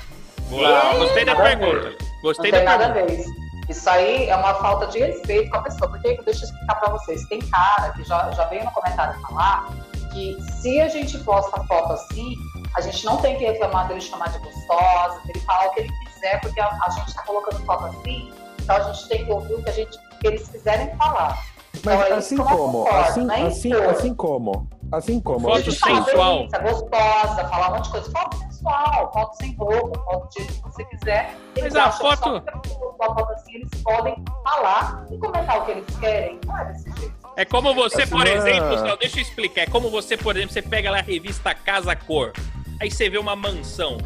B: Boa. Gostei da
C: Nada a ver.
B: pergunta.
C: Não
B: Gostei da
C: tem nada a
B: pergunta.
C: ver. isso. Isso aí é uma falta de respeito com a pessoa. Porque deixa eu explicar pra vocês. Tem cara que já, já veio no comentário falar que se a gente posta foto assim, a gente não tem que reclamar dele chamar de gostosa, dele falar o que ele quiser, porque a, a gente tá colocando foto assim, então a gente tem que ouvir o que, a gente, o que eles quiserem falar.
A: Mas
C: Então, é isso
A: assim
C: que eu não
A: como,
C: concordo,
A: assim,
C: né?
A: assim,
C: Então,
A: assim como, assim como.
B: Foto
C: Deixa eu
B: sem
C: falar
B: sensual.
C: delícia, gostosa, falar um monte de coisa. Foto sensual, foto sem roupa, foto do jeito que você quiser. Eles
B: Mas a
C: acham que
B: foto-
C: só porque eu coloco uma foto assim, eles podem falar e comentar o que eles querem. Não é desse jeito.
B: É como você,
A: A
B: por
A: senhora-
B: exemplo, Saul, deixa eu explicar. É como você, por exemplo, você pega lá a revista Casa Cor, aí você vê uma mansão.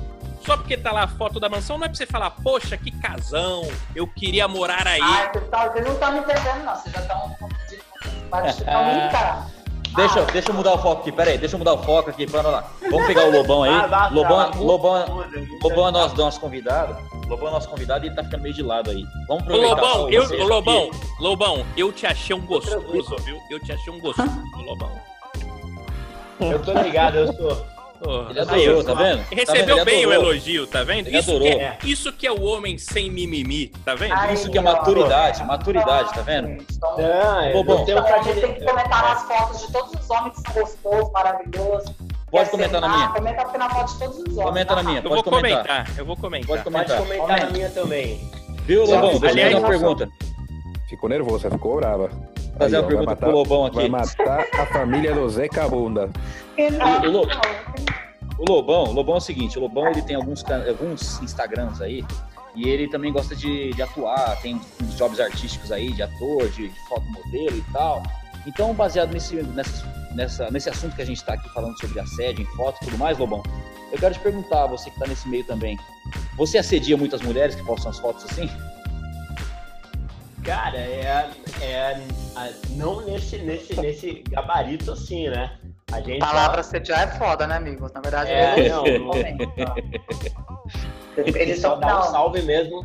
B: Só porque tá lá a foto da mansão, não é pra você falar, poxa, que casão, eu queria morar aí.
C: Ah, vocês tá- vocês não estão me entendendo, não. Vocês já um estão.
D: Deixa, deixa eu mudar o foco aqui, peraí, deixa eu mudar o foco aqui, para lá. Vamos pegar o Lobão aí.
E: Vai, vai,
D: Lobão, é,
E: cara,
D: Lobão,
E: muda, muda.
D: Lobão é nosso, nosso convidado. Lobão é nosso convidado e ele tá ficando meio de lado aí. Vamos
B: Ô,
D: aproveitar. só
B: Lobão,
D: o
B: eu,
D: vocês
B: ô, Lobão,
D: aqui.
B: Lobão, eu te achei um gostoso,
C: tranquilo.
B: viu? Eu te achei um gostoso, Lobão.
E: Eu tô ligado, eu sou.
B: Porra.
D: Ele
B: Aí,
D: adorou, tá vendo? Tá vendo?
B: Recebeu
D: Ele
B: bem o
D: adorou.
B: elogio, tá vendo?
D: Ele
B: Isso que, é,
E: adorou.
B: isso que é o homem sem mimimi, tá vendo?
C: Ai,
D: Isso que é maturidade, maturidade, tá vendo?
E: Não, eu
D: Lobão.
E: tenho um
C: Então, a gente
E: fragilidade.
C: tem que
D: é-
C: comentar nas fotos de todos os homens que são gostosos, maravilhosos.
D: Pode
C: Quer
D: comentar na
C: sentar,
D: minha.
C: Comenta porque na foto de todos os homens.
D: Comenta na minha,
B: Eu
D: pode
B: vou comentar.
D: comentar.
B: eu vou comentar.
D: Pode
E: Pode
D: comentar.
E: comentar na minha também.
D: Viu, Lobão?
A: Aliás,
D: Deixa eu fazer uma
A: nossa-
D: pergunta.
A: Ficou nervosa, ficou brava.
D: Fazer
A: Aí, ó, vai
D: uma pergunta
A: matar-
D: pro Lobão
A: Vai
D: aqui.
A: matar a família do Zeca Bunda.
C: Que não,
D: Lu- Lu-
C: não.
D: O Lobão, o Lobão é o seguinte, o Lobão ele tem alguns, can- alguns Instagrams aí, e ele também gosta de, de atuar, tem uns jobs artísticos aí, de ator, de, de fotomodelo e tal. Então, baseado nesse, nessas- nessa, nesse assunto que a gente está aqui falando sobre assédio em foto e tudo mais, Lobão, eu quero te perguntar, você que está nesse meio também, você assedia muitas mulheres que postam as fotos assim?
E: Cara, é, é a- não nesse, nesse, nesse gabarito assim, né? A gente.
C: Palavra sediar é foda, né, amigos? Na verdade,
E: É,
C: eles
E: não,
C: não
E: não.
C: Eles
E: só
C: são.
E: dá um
C: Não.
E: salve mesmo.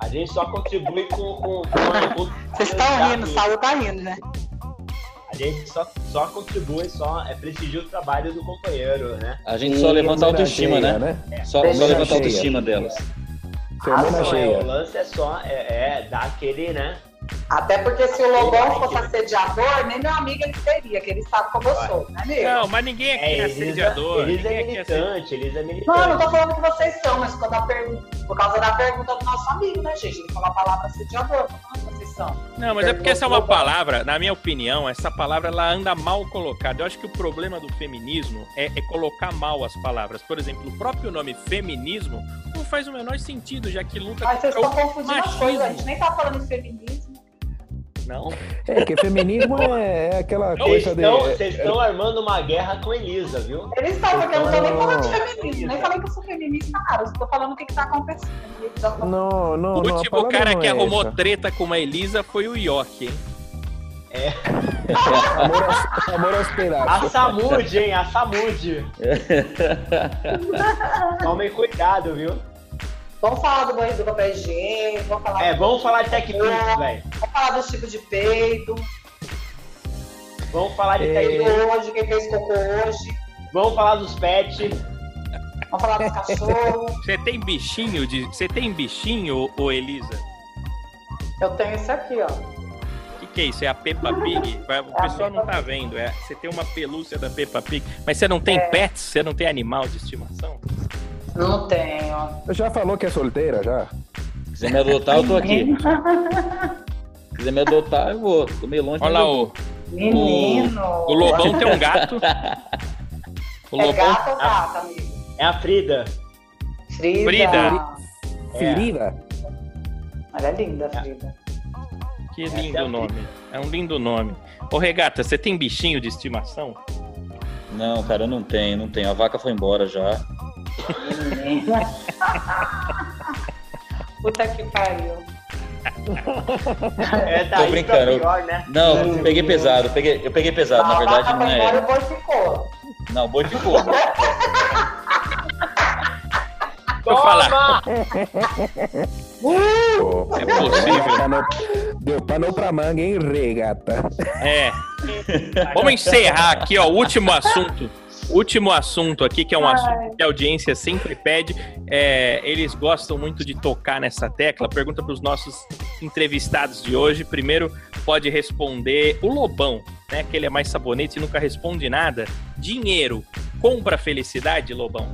E: A gente só contribui com. com, com, com
C: Vocês estão rindo, o Saulo tá rindo, né?
E: A gente só, só contribui, só é, prestigia o trabalho do companheiro, né?
D: A gente só levanta a autoestima, né? Só,
C: Deixa
D: só
C: eu
D: levanta a
A: cheia.
D: autoestima delas.
A: Você
E: Ah,
A: homenageia.
E: só é, o lance é só é, é dar aquele, né?
C: Até porque se o Lobão fosse assediador, nem meu amigo ele seria, que ele sabe como eu sou, né, amigo?
B: Não, mas ninguém aqui é,
E: É, eles, é-
B: assediador.
E: eles é
B: ninguém aqui é
E: militante, eles é militante.
C: Não, eu não tô falando que vocês são, mas quando a pergunta, por causa da pergunta do nosso amigo, né, gente? Ele falou a palavra assediador, eu tô falando que vocês são.
B: Não, mas é porque essa é uma palavra, na minha opinião, essa palavra ela anda mal colocada. Eu acho que o problema do feminismo é, é colocar mal as palavras. Por exemplo, o próprio nome feminismo não faz o menor sentido, já que
E: Ah,
B: luta
E: é
C: Mas vocês
B: contra
C: estão
B: o
C: confundindo as coisas, a gente
B: machismo.
C: nem tá falando de feminismo.
B: Não.
A: É que feminismo é, é aquela
E: Vocês
A: coisa de.
E: estão, vocês estão armando uma guerra com Elisa, viu?
C: Eles estão, porque eu não tô nem falando de
A: Não.
C: feminismo, nem falei que eu sou feminista, cara, eu tô falando o que que tá acontecendo. Eu já tô
A: Não, não,
B: O
A: não. a
B: último
A: palavra
B: cara
A: não
B: que
A: é
B: arrumou
A: essa.
B: treta com uma Elisa foi o York, hein?
A: Amor, aos- amor aos
E: A
A: pedaços.
E: Samude, hein? A Samude. Tomem cuidado, viu?
C: Vamos falar do banho do papel higiênico, vamos falar,
E: É, vamos falar de Tech Pix, velho.
C: vamos falar do tipo de peito,
E: Vamos falar de
A: É.
E: Tech
C: quem
E: Pix.
C: hoje, quem fez cocô hoje,
E: Vamos falar dos pets.
C: vamos falar dos cachorros.
B: Você tem bichinho de. Você tem bichinho, ô Elisa?
C: Eu tenho esse aqui, ó.
B: O que, que é isso? É a Peppa Pig? Vai- O
C: É a
B: pessoal não
C: Peppa
B: tá vendo. é- você tem uma pelúcia da Peppa Pig, mas você não tem
C: É.
B: pets? Você não tem animal de estimação?
C: Não tenho.
A: Já falou que é solteira, já?
D: quiser me adotar, eu tô aqui. Se quiser me adotar, eu vou. Tô meio longe.
B: Olha lá,
D: mas eu-
B: o,
C: Menino.
B: o Lobão tem um gato. O
C: É
B: Lobão.
C: gato ou gata, amigo?
E: É a Frida.
C: Frida. Ah.
B: Frida.
A: Ferida.
C: Olha, é linda, Frida.
B: Que lindo nome. É um lindo nome. Ô, Regata, você tem bichinho de estimação?
D: Não, cara, eu não tenho, não tenho. A vaca foi embora já.
C: Menina. Puta que pariu.
E: É, tá
D: Tô
E: aí pra
D: brincando.
E: pior, né?
D: Não, eu peguei pesado, eu peguei, eu peguei pesado, na
C: a
D: verdade
C: vaca
D: não
C: foi embora e
D: é.
C: o boi ficou.
D: Não, o boi ficou.
B: Deixa eu falar.
A: Pô,
B: É possível.
A: Deu pano- Deu pano pra manga, hein, regata.
B: É. Vamos encerrar aqui, ó. o Último assunto. Último assunto aqui, que é um assunto que a audiência sempre pede. É, eles gostam muito de tocar nessa tecla. Pergunta para os nossos entrevistados de hoje. Primeiro, pode responder o Lobão, né? Que ele é mais sabonete e nunca responde nada. Dinheiro compra felicidade, Lobão?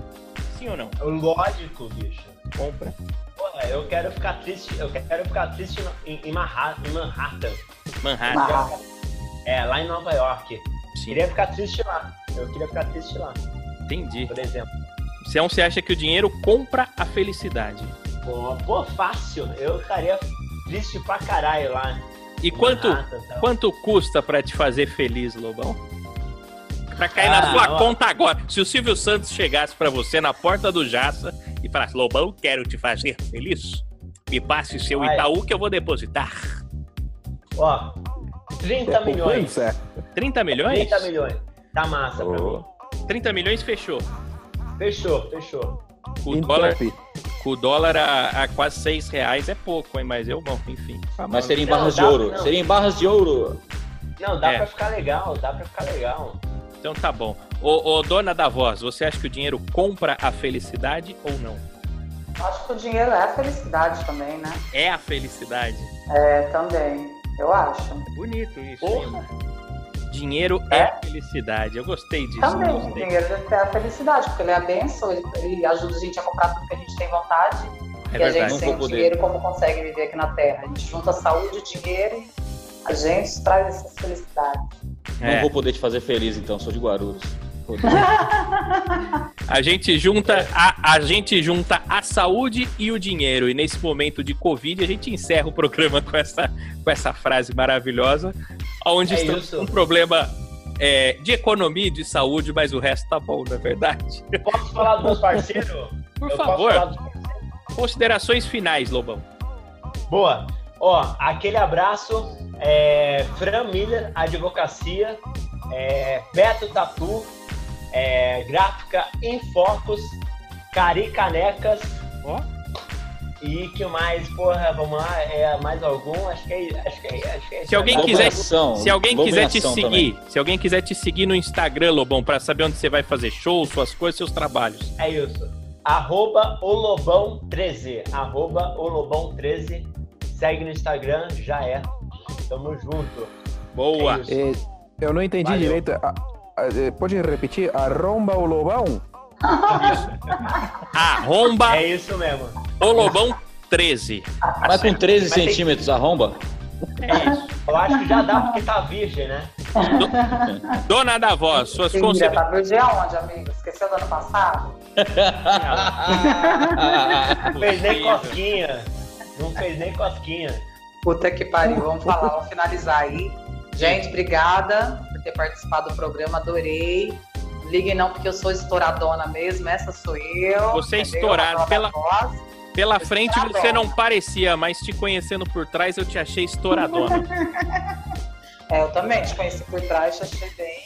B: Sim ou não?
E: Lógico, bicho.
B: Compra.
E: Porra, eu quero ficar triste, eu quero ficar triste em, em Manha- em Manhattan.
B: Manhattan.
C: Ah,
E: É, lá em Nova York.
B: Sim,
E: Queria ficar triste lá. Eu queria ficar triste lá,
B: entendi.
E: por exemplo.
B: Então você acha que o dinheiro compra a felicidade?
E: Pô, pô, fácil. Eu ficaria triste pra caralho lá. tá?
B: E
E: em
B: quanto,
E: Manhattan, tal.
B: Quanto custa pra te fazer feliz, Lobão? Pra cair na
E: Ah,
B: sua
E: ó.
B: conta agora. Se o Silvio Santos chegasse pra você na porta do Jaça e falasse, Lobão, quero te fazer feliz. Me passe seu
E: Vai.
B: Itaú que eu vou depositar.
E: Ó,
A: Tá
E: 30 milhões.
A: Poupança.
B: 30 milhões?
E: 30 milhões. Tá massa pra
A: Ô,
E: mim.
B: 30 milhões fechou.
E: Fechou, fechou.
B: Com o
E: Então-
A: em
B: dólar,
A: top.
B: com o dólar a, a quase 6 reais é pouco, hein? Mas eu, bom, enfim.
A: é,
D: Mas seria em
E: Não,
D: barras de
E: dá-
D: ouro.
E: não.
D: Seria em barras de ouro.
E: Não, dá
B: É.
E: pra ficar legal, dá pra ficar legal.
B: Então tá bom. Ô, ô, dona da voz, você acha que o dinheiro compra a felicidade ou não?
C: Acho que o dinheiro é a felicidade também, né?
B: É a felicidade. É
C: É, também. Eu acho.
B: Bonito isso. hein,
E: Porra.
B: Dinheiro é, felicidade. Eu gostei disso.
C: Também, o
B: gostei.
C: dinheiro é a felicidade, porque ele é a bênção, ele, ele ajuda a gente a comprar tudo que a gente tem vontade.
B: É
C: e a
B: verdade.
C: gente
D: não
C: sem
D: vou poder.
C: dinheiro, como consegue viver aqui na Terra? A gente junta saúde, dinheiro e a gente traz essas felicidades.
B: É.
D: Não vou poder te fazer feliz, então, sou de Guarulhos. Foda-se.
B: A gente junta a, a gente junta a saúde e o dinheiro. E nesse momento de Covid, a gente encerra o programa com essa, com essa frase maravilhosa, onde
E: É
B: estamos
E: isso.
B: com um problema é, de economia e de saúde, mas o resto tá bom, não é verdade?
E: Posso falar dos meus parceiros?
B: Por
E: Eu posso
B: favor,
E: falar dos meus
B: considerações finais, Lobão.
E: Boa. Ó, aquele abraço. É, Fran Miller, Advocacia. É, Beto Tatu. É, gráfica em Focos. Cari Canecas.
B: Ó.
E: E que mais? Porra, vamos lá. É, mais algum? Acho que é acho que é, acho que é
B: Se alguém
D: Vamos em
B: quiser-
D: ação,
B: Se alguém
D: vamos em
B: quiser te
D: ação
B: seguir,
D: também.
B: se alguém quiser te seguir no Instagram, Lobão, pra saber onde você vai fazer show, suas coisas, seus trabalhos.
E: É isso. Arroba o Lobão 13. Arroba o Lobão 13. Segue no Instagram, já é. Tamo junto.
B: Boa.
E: É isso.
A: Eh, eu não entendi
E: Valeu.
A: direito. Ah, ah, eh, pode repetir? Arromba o lobão?
B: Arromba
E: É isso mesmo.
B: o Lobão 13.
D: Mas com 13
E: Mas tem-
D: centímetros, arromba?
B: É isso.
E: Eu acho que já dá porque tá virgem, né?
B: Dona da voz, suas
C: Filha,
B: considerações.
C: tá virgem aonde, amigo? Esqueceu do ano passado?
E: Não fez nem cosquinha. Não fez nem cosquinha.
C: Puta que pariu, vamos falar, vamos finalizar aí. Gente, obrigada por ter participado do programa, adorei. Liguem não, porque eu sou estouradona mesmo, essa sou eu.
B: Você é
C: entendeu?
B: estourada
C: Adoro a
B: pela-
C: voz.
B: Pela frente você não parecia, mas te conhecendo por trás eu te achei estouradona.
C: É, eu também te conheci por trás, já achei bem.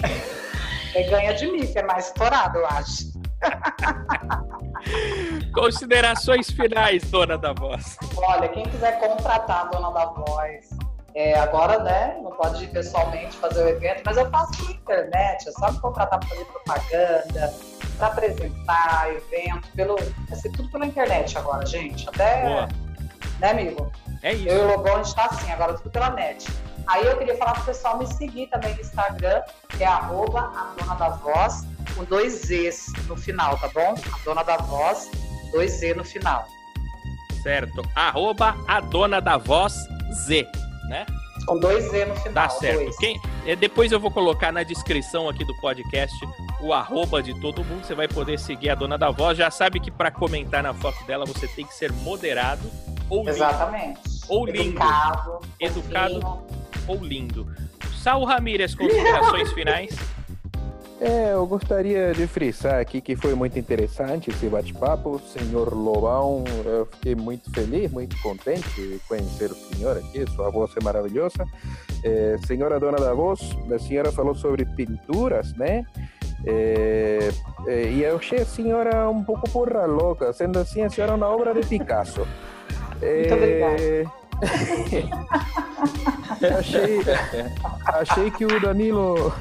C: Você ganha de mim, você é mais estourado, eu acho.
B: Considerações finais, dona da voz.
C: Olha, quem quiser contratar a dona da voz, é, agora, né? Não pode ir pessoalmente fazer o evento, mas eu faço por internet, é só me contratar para fazer propaganda, para apresentar evento, pelo. Vai ser tudo pela internet agora, gente. Até.
B: Boa.
C: Né, amigo?
B: É
C: Eu e
B: isso.
C: o Lobão, a gente tá assim, agora tudo pela net. Aí eu queria falar pro pessoal me seguir também no Instagram, que é arroba a dona da voz, com dois Z no final, tá bom? A dona da voz, dois Z no final.
B: certo. Arroba a dona da voz Z, né?
C: Com dois Z no final.
B: Dá Tá certo.
C: dois.
B: Quem, é, depois eu vou colocar na descrição aqui do podcast o arroba de todo mundo. Você vai poder seguir a dona da voz. Já sabe que para comentar na foto dela você tem que ser moderado ou lindo,
C: Exatamente.
B: Ou lindo.
C: Educado.
B: Educado.
C: fofinho.
B: ou lindo. Saul Ramírez, considerações finais.
A: É, eu gostaria de frisar aqui que foi muito interessante esse bate-papo. Senhor Lobão, eu fiquei muito feliz, muito contente de conhecer o senhor aqui. Sua voz é maravilhosa. É, senhora dona da voz, a senhora falou sobre pinturas, né? É, é, e eu achei a senhora um pouco porra louca. Sendo assim, a senhora é uma obra de Picasso. Eh,
C: Muito obrigada.
A: achei, achei que o Danilo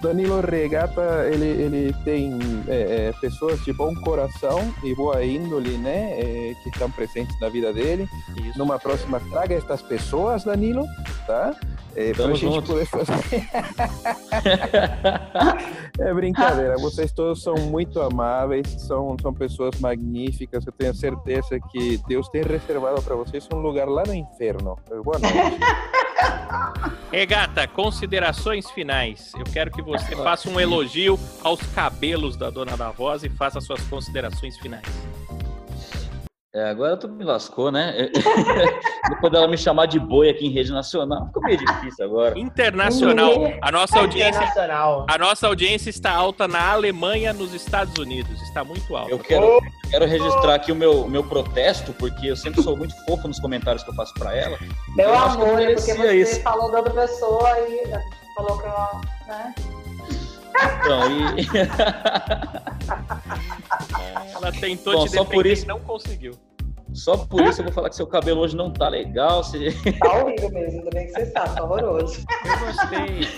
A: Danilo Regata ele ele tem é, é, pessoas de bom coração e boa índole né é, que estão presentes na vida dele
B: Isso.
A: numa próxima traga estas pessoas Danilo tá é, pra
D: Tamo
A: gente
D: junto.
A: poder fazer é brincadeira vocês todos são muito amáveis são são pessoas magníficas eu tenho certeza que Deus tem reservado para vocês um lugar lá no inferno Eh, boa noite
B: Regata, considerações finais. Eu quero que você faça um elogio aos cabelos da dona da voz e faça suas considerações finais.
D: É, agora tu me lascou, né? Depois dela me chamar de boi aqui em rede nacional, ficou meio difícil agora.
B: Internacional. A nossa audiência,
E: Internacional.
B: a nossa audiência está alta na Alemanha, nos Estados Unidos. Está muito alta.
D: Eu quero, quero registrar aqui o meu, o meu protesto, porque eu sempre sou muito fofo nos comentários que eu faço pra ela.
C: Meu
D: Eu acho que eu
C: amor, é porque
D: merecia
C: você
D: isso.
C: falou da outra pessoa e é, falou que ela. Né?
D: Então, e-
B: Ela tentou
D: Bom,
B: te
D: só
B: defender
D: por isso-
B: e não conseguiu.
D: só por isso eu vou falar que seu cabelo hoje não tá legal. Você...
C: Tá horrível mesmo, ainda bem que você sabe, tá horroroso.
B: Eu gostei.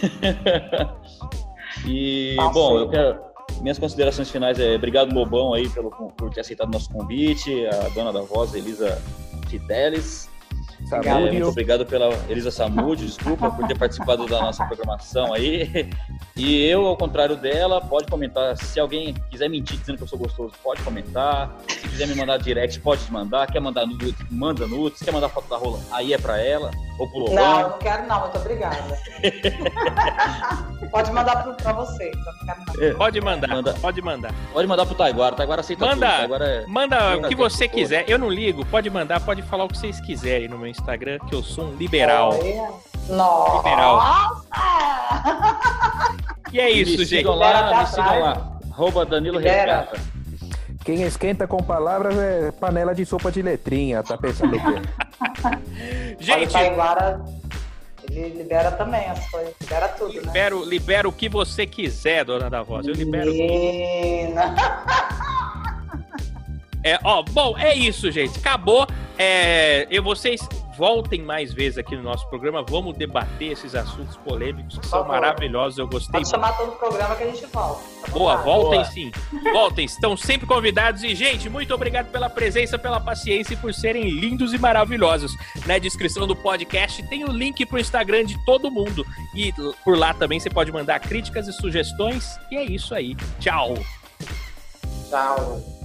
D: E,
C: Tá
D: bom, eu
C: certo.
D: quero. Minhas considerações finais é obrigado, Lobão, aí, pelo, por ter aceitado nosso convite, a dona da voz, Elisa Fidelis. É,
A: Samúdio.
D: muito obrigado pela Elisa Samudio, desculpa, por ter participado da nossa programação aí. E eu, ao contrário dela, pode comentar. Se alguém quiser mentir dizendo que eu sou gostoso, pode comentar. Se quiser me mandar direct, pode mandar. Quer mandar nude, manda nude. Se quer mandar foto da rola, aí é pra ela. Ou pro
C: Não, eu
D: Lobão.
C: não quero não, muito obrigada. Pode mandar pro, pra você, então. eu não quero não.
B: Pode mandar,
D: Manda.
B: pode mandar.
D: Pode mandar pro Taiguara. Taiguara aceita
B: Manda.
D: tudo. Taiguara é...
B: Manda o
D: Manda,
B: que você
D: tem que pôr.
B: quiser. Eu não ligo. Pode mandar, pode falar o que vocês quiserem no meu Instagram, que eu sou um liberal.
C: Olha. Nossa!
B: E é isso,
D: me
B: gente.
D: Sigam lá,
C: Libera
D: me
C: pra
D: sigam
C: trás.
D: lá. Arroba Danilo
C: Libera.
D: Regata.
A: Quem esquenta com palavras é panela de sopa de letrinha, tá pensando o quê?
C: Olha, o
B: Gente,
C: Taiguara, ele libera também as coisas, libera tudo, né?
B: libero, libero o que você quiser, dona da voz. Eu libero.
C: Menina.
B: É, ó, bom, é isso, gente. Acabou. É, e vocês voltem mais vezes aqui no nosso programa. Vamos debater esses assuntos polêmicos que são
C: favor.
B: maravilhosos. Eu gostei
C: Pode
B: muito.
C: chamar todo o programa que a gente volta. tá bom?
B: Boa,
C: Tá?
B: voltem
E: Boa.
B: sim. Voltem, estão sempre convidados. E, gente, muito obrigado pela presença, pela paciência e por serem lindos e maravilhosos. Na descrição do podcast tem o link pro Instagram de todo mundo. E l- por lá também você pode mandar críticas e sugestões. E é isso aí. Tchau.
C: Tchau.